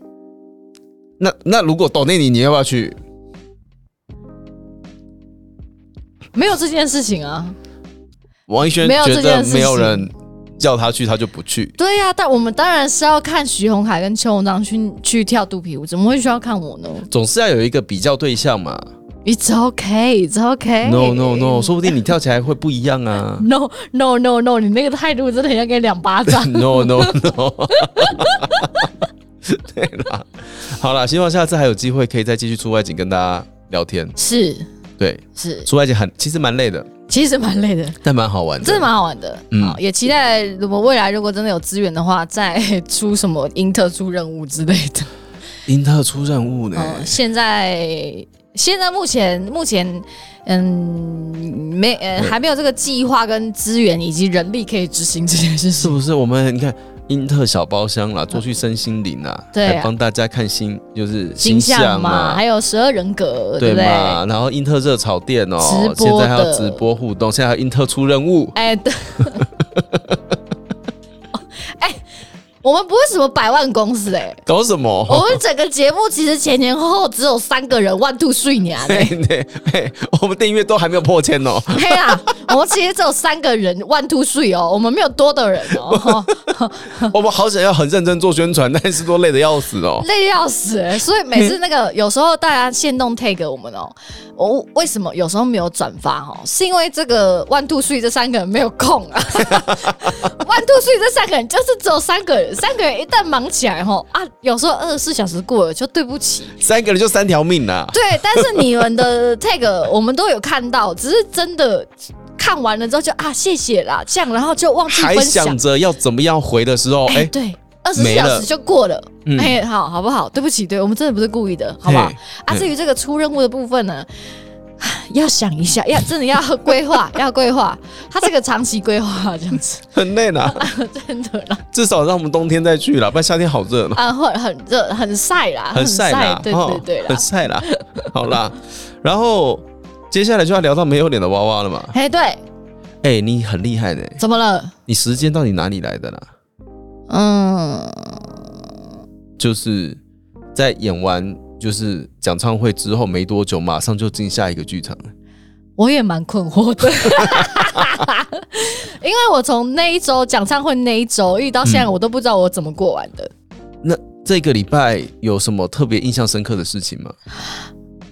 那那如果抖内你，你要不要去？
没有这件事情啊。
王一轩
没有
觉
这
得
件事
没有
情
人叫他去，他就不去。
对呀、但我们当然是要看徐宏凯跟邱文章去去跳肚皮舞，怎么会需要看我呢
总是要有一个比较对象嘛。
？It's okay, it's okay.。
No no no，说不定你跳起来会不一样啊
no no no no，你那个态度真的很要给两巴 掌。
No no no。对啦，好啦，希望下次还有机会可以再继续出外景跟大家聊天。
是
对，
是，
出外景很其实蛮累的，
其实蛮累的，
但蛮好玩的。
真的？蛮好玩的。
嗯
好，也期待我们未来如果真的有资源的话，再出什么英特出任务之类的。
英特出任务呢？
嗯，现在现在目前目前嗯没呃
对
还没有这个计划跟资源以及人力可以执行这件事
哎是
情。
不是？我们你看英特小包厢啦，做去身心灵啦，
嗯对啊
还帮大家看星，就是啊
形象嘛，
嘛。
还有十二人格，
对
对不对？
嘛，然后英特热炒店哦，
直播
现在还有
的
直播互动，现在还有英特出任务，
哎， 对。哎，我们不是什么百万公司哎、
搞什么？
我们整个节目其实前前后后只有三个人 one two three 啊年、
对 对对，我们订阅都还没有破千哦。
嘿啦，我们其实只有三个人 one two three 哦，我们没有多的人 哦，
我们好想要很认真做宣传，但是都累得要死哦。
累得要死、欸。所以每次那个有时候大家限动 take 我们哦，我为什么有时候没有转发哦？是因为这个 one two three 这三个人没有空 啊，one two three 这三个人就是只有三个人，三个人一旦忙起来哦啊，有时候二十四小时过了就对不起。
三个人就三条命呐、
对，但是你们的 tag 我们都有看到，只是真的看完了之后就啊谢谢啦，这样然后就忘记
还
分享
想。着要怎么样回的时候，
哎、
哎、
对，二十四
没
小
了
时就过了。
嗯
哎、好好不好？对不起，对我们真的不是故意的，好不好
嘿？
啊，
嗯
至于这个出任务的部分呢， 唉要想一下，要真的要规划， 要规划，它这个长期规划这样子，
很累啦。
真的 啦，
至少让我们冬天再去啦，不然夏天好热哦，
啊，会很热，啊很晒啦，
很晒啦，
对
哦
对对啦
很，晒啦。好啦，然后接下来就要聊到没有脸的娃娃了嘛。
哎、对，
哎、你很厉害的、
怎么了？
你时间到底哪里来的啦？
嗯，
就是在演完就是讲唱会之后没多久，马上就进下一个剧场。
我也蛮困惑的， 因为我从那一周讲唱会那一周一直到现在，
嗯
我都不知道我怎么过完的。
那这个礼拜有什么特别印象深刻的事情吗？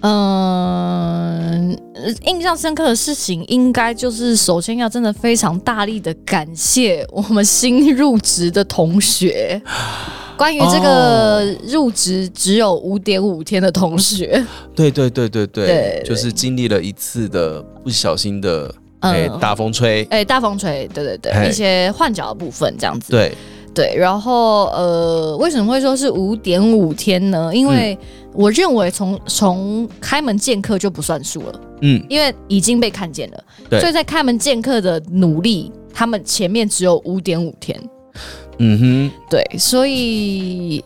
嗯，呃印象深刻的事情应该就是，首先要真的非常大力的感谢我们新入职的 同学，关于这
哦
个入职只有五点五天的 同学，
对对对对对，
对
就是经历了一次的不小心的
嗯
哎、大风吹，
哎、大风吹，对对
嘿
对，一些换脚的部分这样子，
对，
对，然后呃，为什么会说是五点五天呢？因为
嗯
我认为从从开门见客就不算数了。
嗯，
因为已经被看见了，
对
所以在开门见客的努力，他们前面只有五点五天，
嗯
对，所以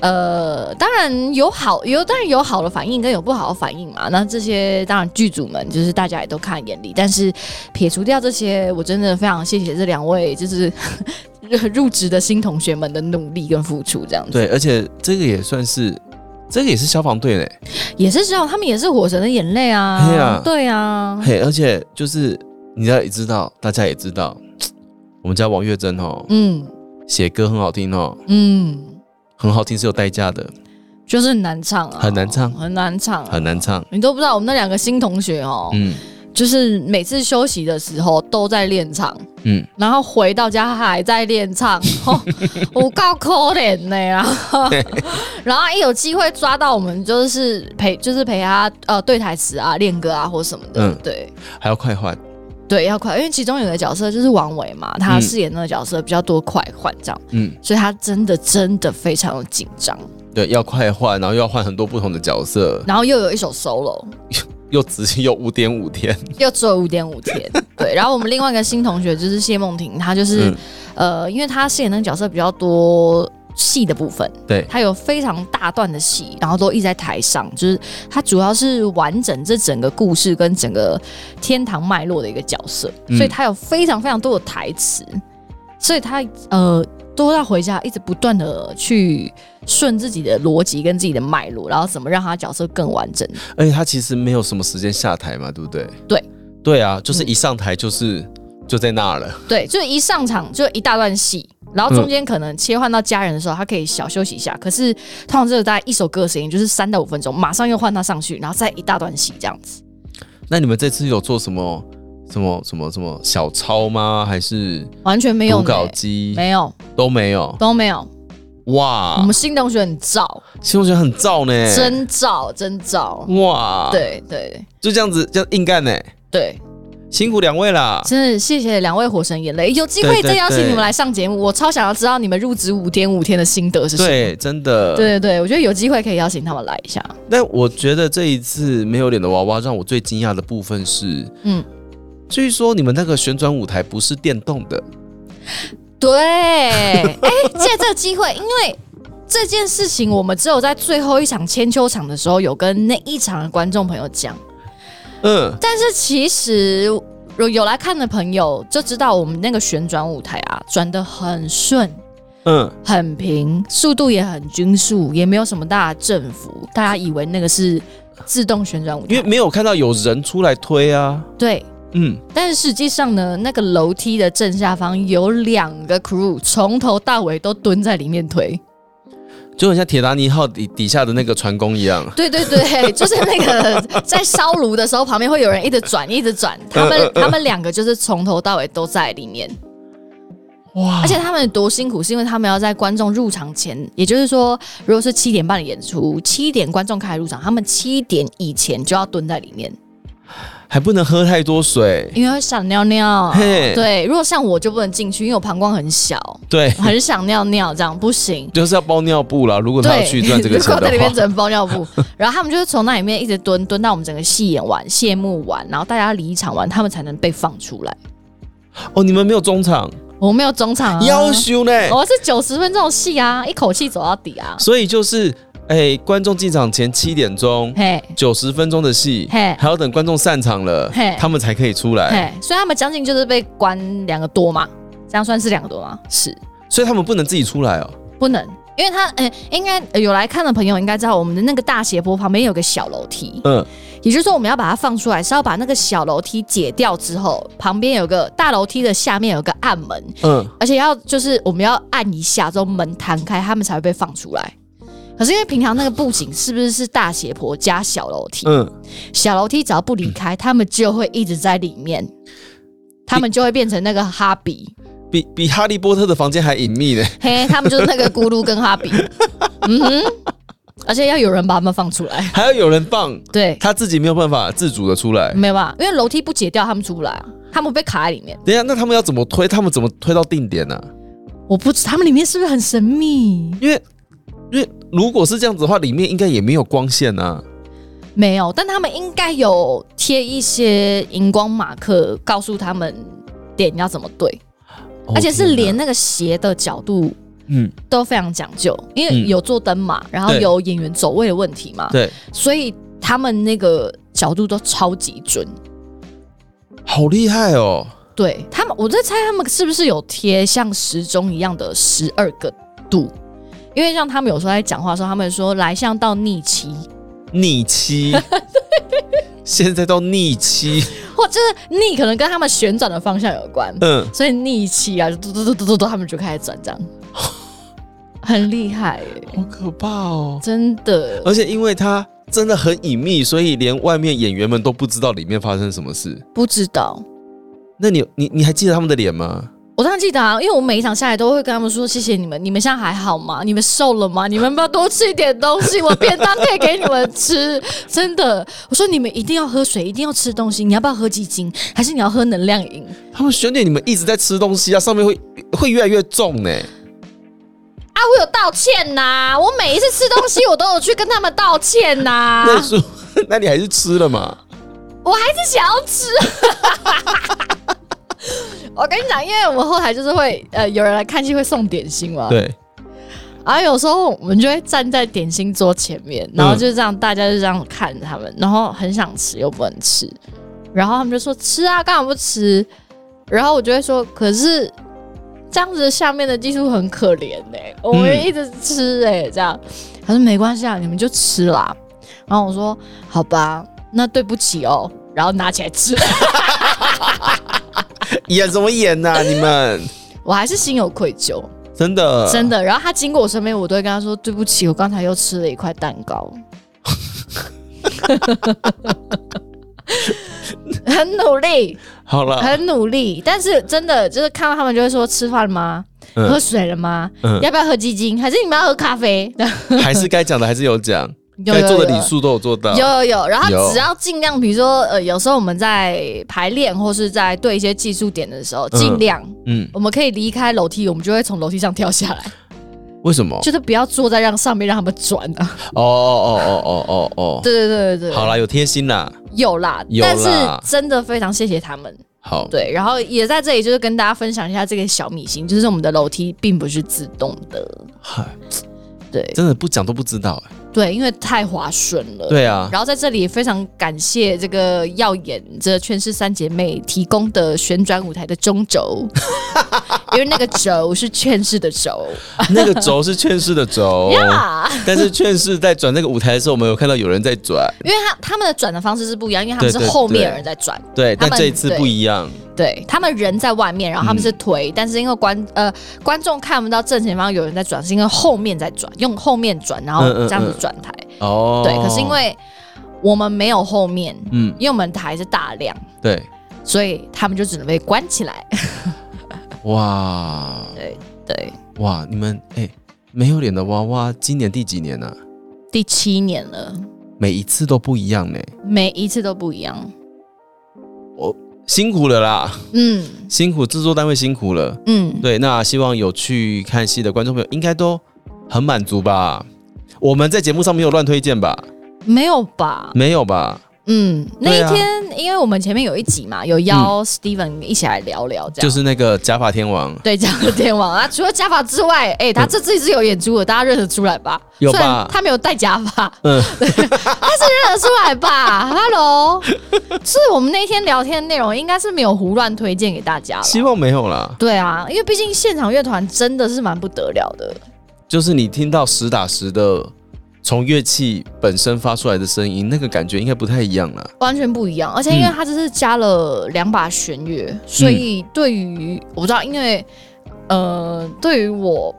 呃，当然有好有，当然有好的反应跟有不好的反应嘛。那这些当然剧组们就是大家也都看在眼里，但是撇除掉这些，我真的非常谢谢这两位就是 入职的新同学们的努力跟付出，这样
哼，
子。
对，而且这个也算是，这个也是消防队嘞，
也是知道他们也是火神的眼泪啊，
嘿啊
对啊，
嘿，而且就是你要也知道，大家也知道，我们家王月珍哦，
嗯
写歌很好听哦，
嗯。
很好听是有代价的，
就是很难唱啊，
很难唱
很难唱、啊
很难。唱，
你都不知道我们那两个新同学哦，
嗯
就是每次休息的时候都在练唱，
嗯，
然后回到家还在练唱， 哦、我够可怜的呀。 然后一有机会抓到我们，就是陪，就是陪他呃对台词啊、练歌啊或什么的，
嗯
对。
还要快换，
对，要快，因为其中有个角色就是王维嘛，他饰演那个角色比较多快换这样，
嗯，
所以他真的真的非常的紧张，
对，要快换，然后又要换很多不同的角色，
然后又有一首 solo，
又直接又五点五天，
又只有五点五天，对。然后我们另嗯
嗯
外一个新同学就是谢梦婷，她就是、呃，因为她饰演那个角色比较多戏的部分，
对
它有非常大段的戏，然后都一直在台上，就是它主要是完整这整个故事跟整个天堂脉络的一个角色，
嗯
所以它有非常非常多的台词，所以它呃都要回家一直不断的去顺自己的逻辑跟自己的脉络，然后怎么让他角色更完整。
而且他其实没有什么时间下台嘛，对不对？
对，嗯
对啊，就是一上台就是、就在那儿了。
对，就是一上场就一大段戏，然后中间可能切换到家人的时候，他可以小休息一下。可是通常这个大概一首歌的时间就是三到五分钟，马上又换他上去，然后再一大段戏这样子。
那你们这次有做什么什么什么什么小抄吗？还是
完全没有
读
呢、
稿机
没有
都没有？
都没有。我
哇
们，新同学很燥，
新同学很燥呢，
真燥，真燥。
哇，，
对对
就这样子这样硬干呢，
对，
辛苦两位啦。
真的谢谢两位火神眼泪，有机
对
会
对
再邀请
对
你们来上节目，我超想要知道你们入职五天五天的心得是什么。
对，真的。
对对对，我觉得有机会可以邀请他们来一下。
但我觉得这一次没有脸的娃娃让我最惊讶的部分是，
嗯，
据说你们那个旋转舞台不是电动的，
对，哎、借这个机会，因为这件事情，我们只有在最后一场千秋场的时候，有跟那一场的观众朋友讲。
嗯，
但是其实有有来看的朋友就知道，我们那个旋转舞台啊，转的很顺。
嗯，
很平，速度也很均速，也没有什么大的振幅。大家以为那个是自动旋转舞
因为
台，
没有看到有人出来推啊，
对。
嗯，
但是实际上呢，那个楼梯的正下方有两个 crew，从头到尾都蹲在里面推。
就很像铁达尼号底底下的那个船工一样。
对对对，就是那个在烧炉的时候，旁边会有人一直转，一直转。他
呃
们他们两个就是从头到尾都在里面，
哇
而且他们多辛苦，是因为他们要在观众入场前，也就是说，如果是七点半的演出，七点观众开始入场，他们七点以前就要蹲在里面，
还不能喝太多水。
因为会想尿尿。
嘿
对，如果像我就不能进去，因为我膀胱很小，
对，
很想尿尿，这样不 行。
就是要包尿布啦。如果他要
对，
去赚这个
如
钱
果在里
的
面
话，
整包尿布， 然后他们就是从那里面一直蹲蹲到我们整个戏演完、谢幕完，然后大家离场完，他们才能被放出来。
哦，你们没有中场，
我们没有中场、啊，
要修呢。
我是九十分钟的戏啊，一口气走到底啊。
所以就是，哎、观众进场前七点钟，
嘿，
九十分钟的戏，
嘿
还要等观众散场了
嘿，
他们才可以出来。
嘿，所以他们将近就是被关两个多嘛，这样算是两个多吗？是，
所以他们不能自己出来哦。
不能，因为他呃，应该、呃有来看的朋友应该知道，我们的那个大斜坡旁边有个小楼梯，
嗯，
也就是说，我们要把它放出来，是要把那个小楼梯解掉之后，旁边有个大楼梯的下面有个暗门，
嗯，
而且要就是我们要按一下之后门弹开，他们才会被放出来。可是因为平常那个布景是不是是大斜坡加小楼梯？
嗯，
小楼梯只要不离开，他们就会一直在里面，他们就会变成那个哈比，
比比哈利波特的房间还隐秘呢。
嘿，他们就是那个咕噜跟哈比，嗯哼，而且要有人把他们放出来，
还要有人放，
对，
他自己没有办法自主的出来。
没有办法，因为楼梯不解掉，他们出不来啊，他们被卡在里面。
等一下，那他们要怎么推？他们怎么推到定点呢、
我不知他们里面是不是很神秘？
因为因为如果是这样子的话，里面应该也没有光线啊。
没有，但他们应该有贴一些荧光马克，告诉他们点要怎么对，而且是连
哦
那个斜的角度
天哪嗯
都非常讲究，因为
嗯
有做灯嘛，然后
对
有演员走位的问题嘛，
对，
所以他们那个角度都超级准。
好厉害哦。
对他们，我在猜他们是不是有贴像时钟一样的十二个度，因为像他们有时候在讲话的时候，他们说来像到逆期，
逆期， 现在到逆期，
或就是逆可能跟他们旋转的方向有关，
嗯，
所以逆期啊，就嘟嘟嘟嘟嘟嘟，他们就开始转 这样，很厉害耶、
好可怕哦。
真的。
而且因为它真的很隐秘，所以连外面演员们都不知道里面发生什么事。
不知道。
那你你你还记得他们的脸吗？
我当然记得啊，因为我每一场下来都会跟他们说谢谢你们，你们现在还好吗？你们瘦了吗？你们要不要多吃一点东西？我便当可以给你们 吃，真的。我说你们一定要喝水，一定要吃东西。你要不要喝鸡精？还是你要喝能量饮？
他们选点你们一直在吃东西啊，上面会会越来越重呢、
啊，我有道歉呐、我每一次吃东西我都有去跟他们道歉呐、
那叔，那你还是吃了嘛？
我还是想要 吃。我跟你讲，因为我们后台就是会呃有人来看戏会送点心嘛，
对，
然后有时候我们就会站在点心桌前面，然后就这样，大家就这样看他们，然后很想吃又不能吃，然后他们就说吃啊，干嘛不吃？然后我就会说，可是这样子下面的技术很可怜呢、我们一直吃哎、这样。他说没关系啊，你们就吃啦。然后我说好吧，那对不起哦，然后拿起来吃。
演什么演 呐、你们
我还是心有愧疚，
真的
真的。然后他经过我身边，我都会跟他说：“对不起，我刚才又吃了一块蛋糕。”很努力，
好了，
很努力，但是真的就是看到他们就会说：“吃饭了吗？
嗯
喝水了吗？
嗯
要不要喝鸡精？还是你们要喝咖啡？”
还是该讲的还是有讲，
有
该
有
做的
有
礼数都有做到。
有有有，然后
有
只要尽量，比如说呃，有时候我们在排练或是在对一些技术点的时候，
嗯
尽量、
嗯，
我们可以离开楼梯，我们就会从楼梯上跳下来，
为什么？
就是不要坐在让上面让他们转啊。
哦哦哦哦哦哦
对对对对对，
好啦，有贴心啦，
有啦，
有
但
啦
是真的非常谢谢他们。
好，
对，然后也在这里就是跟大家分享一下这个小米星，就是我们的楼梯并不是自动的，
嗨
对
真的不讲都不知道哎。
对，因为太滑顺了。。
对啊，
然后在这里也非常感谢这个耀眼这全是三姐妹提供的旋转舞台的 中轴，因为那个轴是劝世的轴
那个轴是劝世的 轴，
呀
但是劝世在转那个舞台的时候，我们有看到有人在转，
因为他他们的转的方式是不一样，因为他们是
对对
后面
对
有人在转，
对，
他
但
们
这一次不一样，
对他们人在外面，然后他们
嗯
是推，但是因为观呃观众看不到正前方有人在转，是因为后面在转，用后面转，然后
嗯嗯
这样子
嗯
转台。
哦，
对，可是因为我们没有后面，
嗯，
因为我们台是大量，
对，
所以他们就只能被关起来。
嗯哇
对对，
哇，你们哎，没有脸的娃娃今年第几年呢？
第七年了，
每一次都不一样呢，
每一次都不一样。
辛苦了啦，
嗯
辛苦制作单位辛苦了。
嗯，
对，那希望有去看戏的观众朋友应该都很满足吧？我们在节目上没有乱推荐吧？
没有吧？
没有吧？
嗯，那
对啊嗯
一天、因为我们前面有一集嘛，有邀 Steven 一起来聊聊，这样、
就是那个假发天王
啊对，这样的天王啊，除了假发之外，哎、他这次是有演出的，大家认得出来吧？
有
虽然
吧
他没有戴假发，
嗯
嗯， 但是认得出来吧？Hello，是我们那天聊天的内容，应该是没有胡乱推荐给大家
希
了。
望没有啦，
对啊，因为毕竟现场乐团真的是蛮不得了的，
就是你听到实打实的从乐器本身发出来的声音，那个感觉应该不太一样啦。
完全不一样。而且因为他这是加了两把弦乐，所以对于我不知道，因为呃，对于我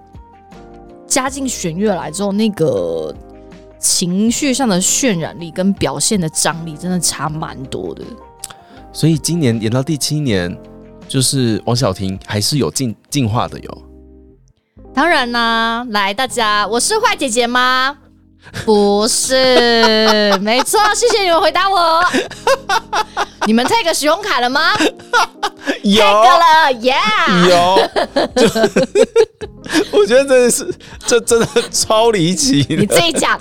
加进弦乐来之后，那个情绪上的渲染力跟表现的张力真的差蛮多的。
所以今年演到第七年，就是王小婷还是有进进化的哟。
当然啦，来大家，我是坏姐姐吗？不是，没错，谢谢你们回答我。你们 take 使用卡了吗
有
？take 了，yeah。
有，就 我觉得真的是这真的超离奇的。
你自己讲，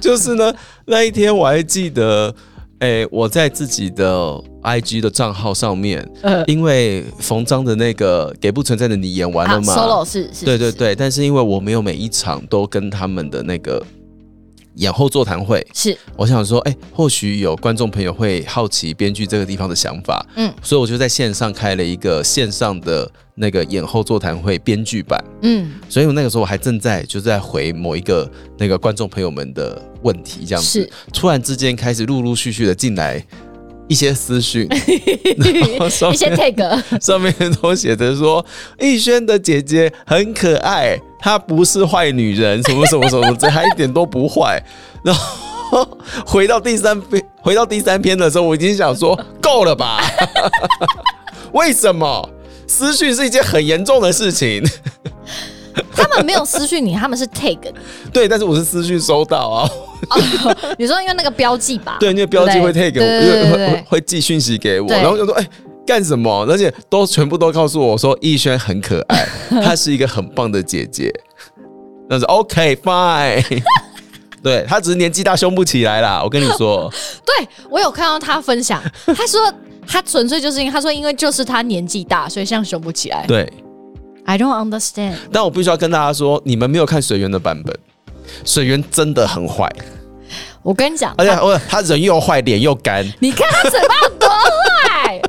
就是呢，那一天我还记得，哎、我在自己的 IG 的账号上面，
呃
因为冯章的那个《给不存在的你》演完
好
了嘛，
啊，solo 是是，是
对对，对，啊但是因为我没有每一场都跟他们的那个演后座谈会，
是
我想说，哎、或许有观众朋友会好奇编剧这个地方的想法，
嗯
所以我就在线上开了一个线上的那个演后座谈会编剧版，
嗯
所以我那个时候我还正在就是在回某一个那个观众朋友们的问题，这样子
是，
突然之间开始陆陆续续的进来一些私 讯，然后上
一些
面
tag，
上面都写着说逸轩的姐姐很可爱，她不是坏女人，什么什么什么，这她一点都不坏。然后回到第三篇，回到第三篇的时候，我已经想说够了吧？ 为什么？私讯是一件很严重的事情，
他们没有私讯你，他们是 tag，
对，但是我是私讯收到啊，
哦 你说因为那个标记吧？
对，因为标记
对
会
不对
take 我，
对对
会会
对
会
对
会寄讯息给我，
对
然后我就说哎。干什么？而且都全部都告诉我说，逸轩很可 爱，她是一个很棒的姐姐。那是 OK fine，对她只是年纪大，凶不起来啦。我跟你 说，
对，我有看到他分享，他说他纯粹就是因为他说因为就是他年纪大，所以像凶不起来，
对，
I don't understand。
但我必须要跟大家说，你们没有看水源的版本，水源真的很坏，
我跟你讲，
而且我他人又坏，脸又干，
你看他嘴巴有多 坏，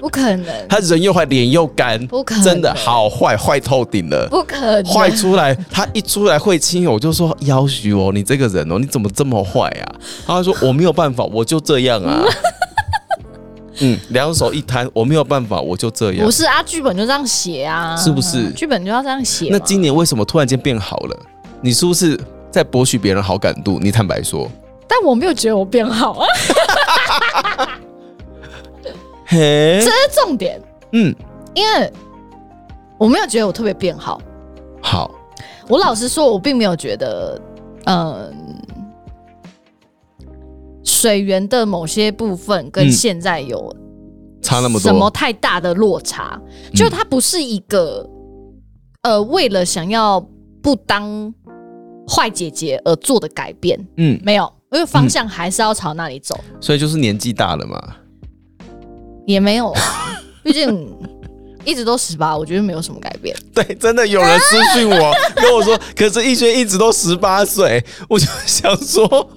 不可能，
他人又坏，脸又干，
不可能，
真的，好坏，坏透顶了。
不可能，
坏出来，他一出来会亲我，就说要许哦，你这个人哦，你怎么这么坏啊？他说我没有办法，我就这样 啊。嗯，两手一摊，我没有办法，我就这样
不。是啊，剧本就这样写啊，
是不是
剧本就要这样写嘛。
那今年为什么突然间变好了？你是不是在博取别人好感度？你坦白说，
但我没有觉得我变好啊，
嘿
这，是重点，
嗯，
因为我没有觉得我特别变好。
好，
我老实说，我并没有觉得，嗯，水源的某些部分跟
嗯
现在有
差那么
什么
多，
太大的落差，就它不是一个，呃，为了想要不当坏姐姐而做的改变，
嗯，
没有，因为方向还是要朝那里走，
所以就是年纪大了嘛，
也没有 啊，毕竟一直都十八，我觉得没有什么改变。
对，真的有人私讯 我，跟我说，可是逸轩一直都十八岁，我就想说，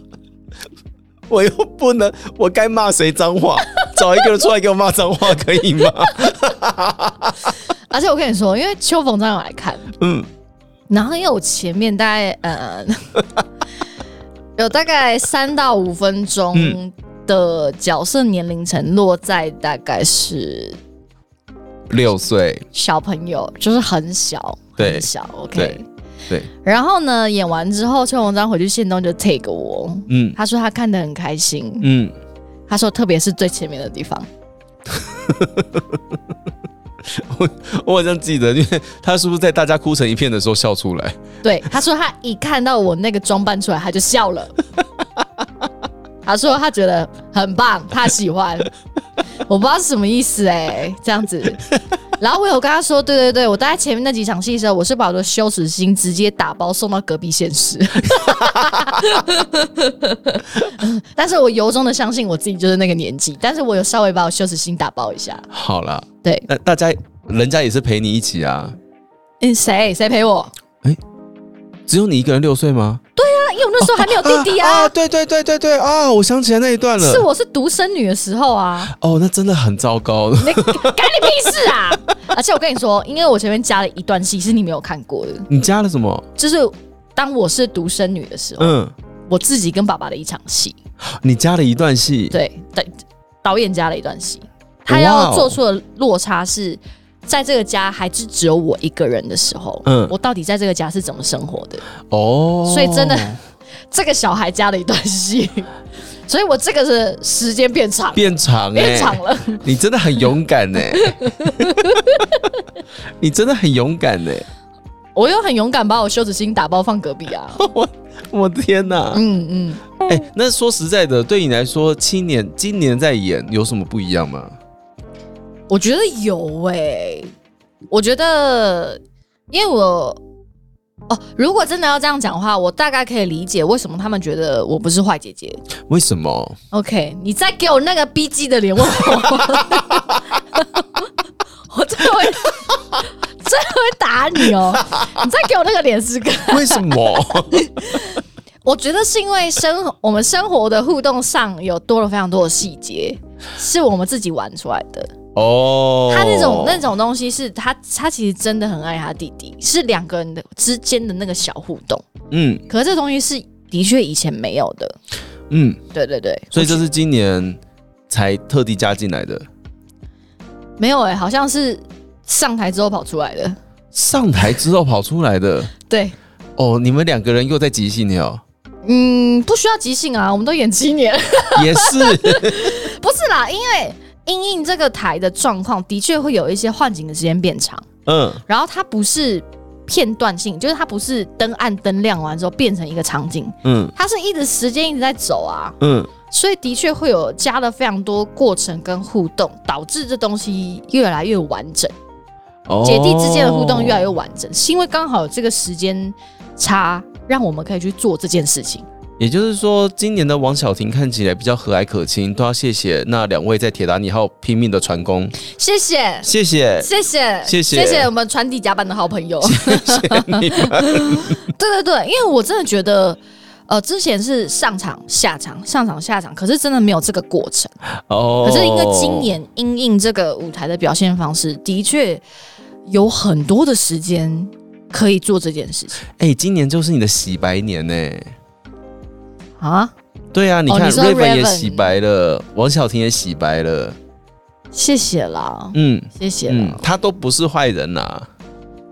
我又不能，我该骂谁脏话？找一个人出来给我骂脏话可以 吗？
而且我跟你说，因为秋逢张有来看，
嗯，
然后因为我前面大概呃 有大概三到五分钟
嗯
的角色年龄层落在大概是
六岁，
小朋友，就是很小，
对
很小，OK
对。对，
然后呢，演完之后，邱文章回去线东就 take 我，
嗯
他说他看得很开心，
嗯，
他说特别是最前面的地方，
我好像记得，因为他是不是在大家哭成一片的时候笑出来？
对，他说他一看到我那个装扮出来，他就笑 了。他说他觉得很棒，他喜欢。我不知道是什么意思哎、这样子。然后我有跟他说，对对对，我大概前面那几场戏的时候，我是把我的羞耻心直接打包送到隔壁现实。 但是我由衷的相信我自己就是那个年纪，但是我有稍微把我羞耻心打包一下。
好啦，
对，
那大家人家也是陪你一起啊，
嗯，谁谁陪我？
只有你一个人六岁吗？
那啊因为我那时候还没有弟弟 啊，
对对对对对啊！我想起来那一段了。
是我是独生女的时候啊。
哦，那真的很糟糕。
那干你屁事啊！ 而且我跟你说，因为我前面加了一段戏是你没有看过的，
你加了什么？
就是当我是独生女的时候，
嗯，
我自己跟爸爸的一场戏，
你加了一段戏。
对，对，导演加了一段戏，他要
哇哦
做出的落差是。在这个家还是只有我一个人的时候，
嗯
我到底在这个家是怎么生活的？
哦，
所以真的 这个小孩加了一段戏， 所以我这个是时间 变长，
变长哎、
变长了。
你真的很勇敢 哎、你真的很勇敢哎、
我又很勇敢把我羞耻心打包放隔壁啊，
我我天哪！
嗯嗯。
哎、那说实在的，对你来说，七年今年在演有什么不一样吗？
我觉得有诶、我觉得因为我哦，如果真的要这样讲的话，我大概可以理解为什么他们觉得我不是坏姐姐。
为什么？
OK，你再给我那个逼鸡的脸问我，我真的会真的会打你哦！你再给我那个脸试看。
为什 么？
我觉得是因为生活，我们生活的互动上有多了非常多的细节，是我们自己玩出来的。
哦，
他那种那种东西是他他其实真的很爱他弟弟，是两个人的之间的那个小互动。
嗯
可是这东西是的确以前没有的，
嗯，
对对对，
所以这是今年才特地加进来的。
没有哎、好像是上台之后跑出来的。
上台之后跑出来的
对，
哦，你们两个人又在即兴了，
嗯，不需要即兴啊，我们都演七年，
也是
不是啦，因为因应这个台的状况，的确会有一些换景的时间变长，
嗯
然后它不是。片段性就是它不是灯暗灯亮完之后变成一个场景，
嗯
它是一直时间一直在走啊，
嗯
所以的确会有加了非常多过程跟互动，导致这东西越来越完整，
哦
姐弟之间的互动越来越完整，是因为刚好有这个时间差，让我们可以去做这件事情。
也就是说，今年的王小婷看起来比较和蔼可亲，都要谢谢那两位在铁达尼号拼命的船工，
谢谢，
谢谢，
谢谢，
谢谢
谢谢我们船底甲板的好朋友。
谢谢你们。
对对对，因为我真的觉得，呃，之前是上场下场，上场下场，可是真的没有这个过程。
哦，
可是因为今年因应这个舞台的表现方式，的确有很多的时间可以做这件事情
哎、今年就是你的洗白年呢、
啊。
对啊，你看
你说
Raven
Raven
也洗白了，王小婷也洗白了，
谢谢啦，
嗯
谢谢啦，
嗯，他都不是坏人呐、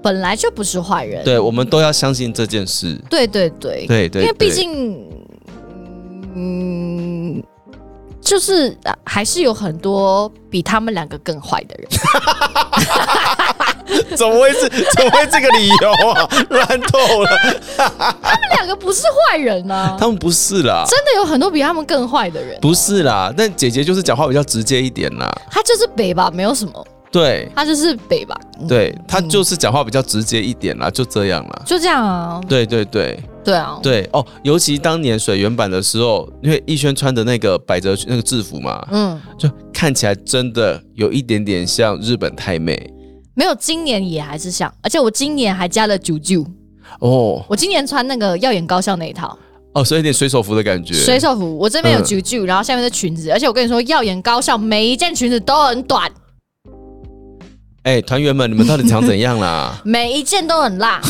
本来就不是坏人。
对，我们都要相信这件事。
对对对，
对对，
因为毕
对
竟，嗯，就是呃还是有很多比他们两个更坏的 人。
怎么会是怎么会这个理由啊？ 乱透了，
他们两个不是坏人啊，
他们不是啦，
真的有很多比他们更坏的人。
不是啦，但姐姐就是讲话比较直接一点啦，
他就是北吧，没有什么，
对
他就是北吧，嗯
对，她就是讲话比较直接一点啦，就这样啦。
就这样啊。
对对对
对啊，
对哦，尤其当年水原版的时候，因为逸轩穿的那个百褶裙那个制服嘛，
嗯，
就看起来真的有一点点像日本太妹
没有，今年也还是像，而且我今年还加了九九，
哦
我今年穿那个耀眼高校那一套
哦，所以有点水手服的感觉。
水手服，我这边有
嗯
九九、然后下面是裙子，而且我跟你说，耀眼高校每一件裙子都很短，？
哎，团员们，你们到底想怎样啦
每一件都很辣，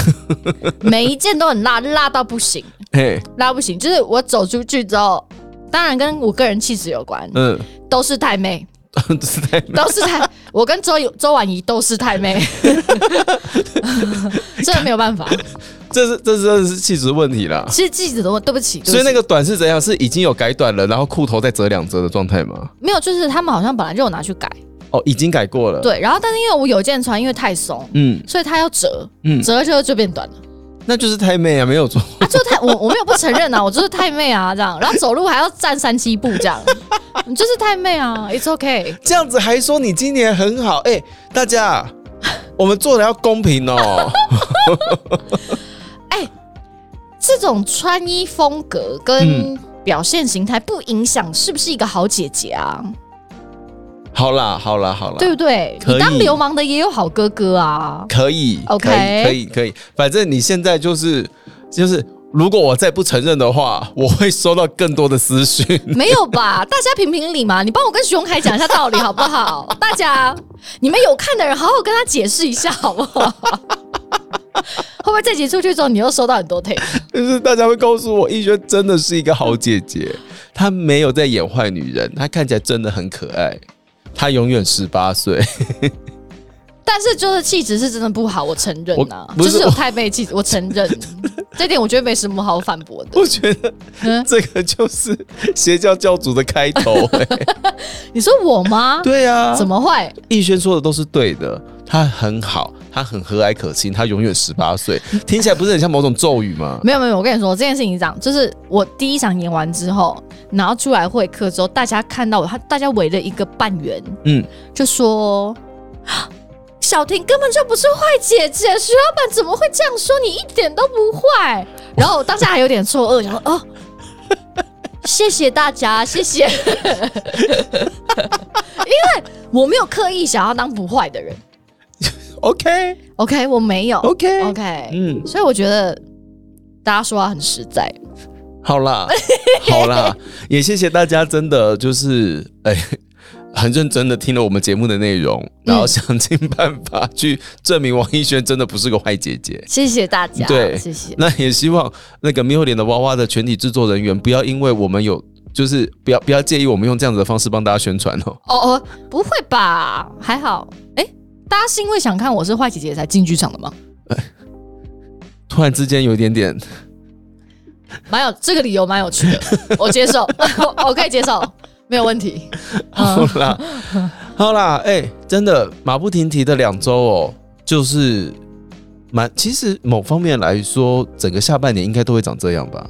每一件都很辣，辣到不行，
嘿，
辣到不行。就是我走出去之后，当然跟我个人气质有关，
嗯，
都是太妹，
这是太妹
都是 太，我跟周周婉仪都是太妹， 真的没有办法，
这是这是这是气质问题啦。
其实记者都对不起，对不起
所以那个短是怎样？是已经有改短了，然后裤头再折两折的状态吗？
没有，就是他们好像本来就有拿去改，
哦，已经改过了。，
对，然后但是因为我有件穿，因为太松，
嗯
所以它要折，
嗯，
折了之后就变短了。
那就是太妹啊，没有错。
啊，就太我我没有不承认啊，我就是太妹啊这样，然后走路还要站三七步这样，你就是太妹啊，It's OK。
这样子还说你今年很好，哎、大 家，我们做的要公平哦。
这种穿衣风格
嗯
跟表现形态不影响是不是一个好姐姐啊？
好啦，好啦，好啦，
对不对？
可以
你当流氓的也有好哥哥啊。
可以
OK
可以，可以，可以。反正你现在就是就是，如果我再不承认的话，我会收到更多的私讯。
没有吧？大家评评理嘛，你帮我跟熊凯讲一下道理好不好？大家，你们有看的人好好跟他解释一下好不好？ 会不会这集出去之后，你又收到很多 take？
就是大家会告诉我，逸轩真的是一个好姐姐，她没有在演坏女人，她看起来真的很可爱，她永远十八岁。
但是就是气质是真的不好，我承认啊
我，不
就是是有太妹 气质，我承认这点，我觉得没什么好反驳的
我。觉得
嗯，
这个就是邪教教主的开头、哎
你说我吗？
对啊，
怎么会？
逸轩说的都是对的，她很好，她很和蔼可亲，她永远十八岁，听起来不是很像某种咒语 吗？
没有没有，我跟你说这件事情是这样，就是我第一场演完之后，然后出来会客之后，大家看到我，他大家围了一个半圆，
嗯，
就说。啊小婷根本就不是坏姐姐，徐老板怎么会这样说？你一点都不坏。然后我当下还有点错愕，想说 哦，谢谢大家，谢谢，因为我没有刻意想要当不坏的人
OK
，OK，我没有
OK
，OK，
嗯，
所以我觉得大家说话很实在。
好啦，好啦，也谢谢大家，真的就是哎。很认真的听了我们节目的内容，然后想尽办法去证明王一轩真的不是个坏姐姐。
谢谢大家，
对
谢谢。
那也希望那个没有脸的娃娃的全体制作人员不要因为我们有，就是不要不要介意我们用这样子的方式帮大家宣传哦。
哦哦，不会吧？还好。哎，大家是因为想看我是坏姐姐才进剧场的吗？
突然之间有一点点
蛮有这个理由，蛮有趣的，我接受， 我我可以接受，没有问题。 嗯
好啦，好啦，哎、真的马不停蹄的两周哦，就是蛮，其实某方面来说，整个下半年应该都会长这样吧。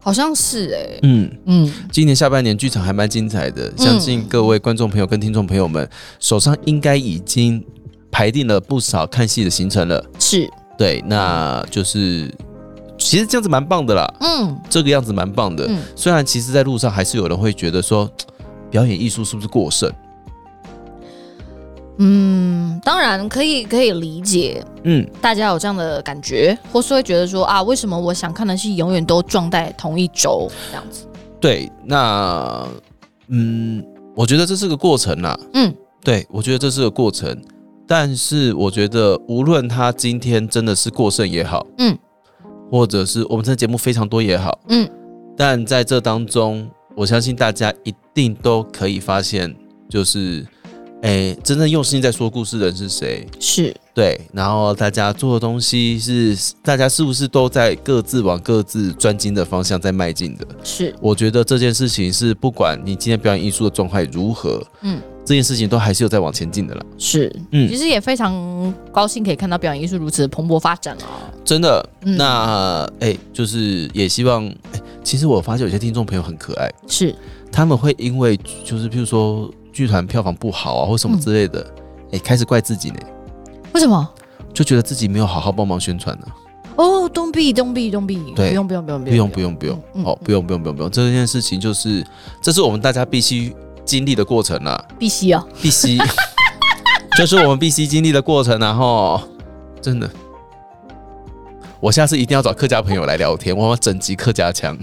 好像是哎、
嗯，
嗯，
今年下半年剧场还蛮精彩的，相信各位观众朋友跟听众朋友们手上应该已经排定了不少看戏的行程了。
是
对，那就是。其实这样子蛮棒的啦，
嗯
这个样子蛮棒的。
嗯
虽然其实，在路上还是有人会觉得说，嘖表演艺术是不是过剩？
嗯，当然可以可以理解，
嗯，
大家有这样的感觉，或是会觉得说啊，为什么我想看的戏永远都撞在同一轴这样子？
对。那嗯，我觉得这是个过程啦。
嗯，
对，我觉得这是个过程。但是我觉得，无论他今天真的是过剩也好，
嗯，
或者是我们这节目非常多也好，
嗯，
但在这当中，我相信大家一定都可以发现，就是，哎，真正用心在说故事的人是谁？
是，
对，然后大家做的东西是，大家是不是都在各自往各自专精的方向在迈进的？
是，
我觉得这件事情是，不管你今天表演艺术的状态如何，
嗯，
这件事情都还是有在往前进的啦。
是，
嗯
其实也非常高兴可以看到表演艺术如此的蓬勃发展啊。
真的，
嗯
那哎、就是也希望，哎、其实我发现有些听众朋友很可爱，
是，
他们会因为就是譬如说剧团票房不好啊，或什么之类的，
嗯
哎、开始怪自己呢，
为什么？
就觉得自己没有好好帮忙宣传啊呢、
哦，东壁，东壁，东壁，
对
不用，不用，不用，
不用不，用不用，
嗯嗯
哦，不用不用不用不用，这件事情就是这是我们大家必须经历的过程啦、
必 须啊。
必须，这是我们必须经历的过程、然后真的。我下次一定要找客家朋友来聊天，我要整集客家 腔。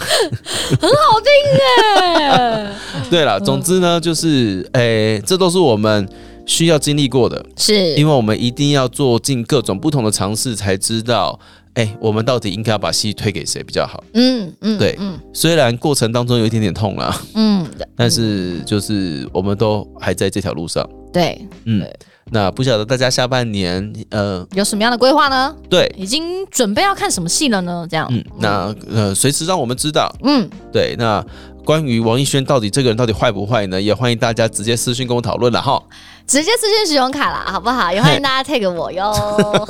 对
嗯
了，总之呢，就是诶、这都是我们需要经历过的，
是
因，为我们一定要做尽各种不同的尝试，才知道，诶、我们到底应该要把戏推给谁比较好。
嗯嗯，
对
嗯
虽然过程当中有一点点痛啦，
嗯，
但是就是我们都还在这条路上。
对，
嗯
对，
那不晓得大家下半年，呃，
有什么样的规划呢？
对，
已经准备要看什么戏了呢？这样，
嗯，那呃，随时让我们知道。
嗯，
对，那关于王艺轩到底这个人到底坏不坏呢？也欢迎大家直接私信跟我讨论了哈。
直接私信使用卡啦，好不好？也欢迎大家 tag 我哟。 吼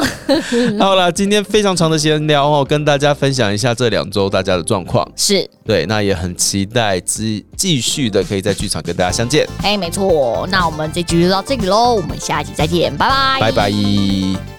吼嗯
好啦，今天非常长的闲聊哦，跟大家分享一下这两周大家的状况。
是，
对，那也很期待继继续的可以在剧场跟大家相见。
哎，没错。那我们这集就到这里喽，我们下集再见，拜拜，
拜拜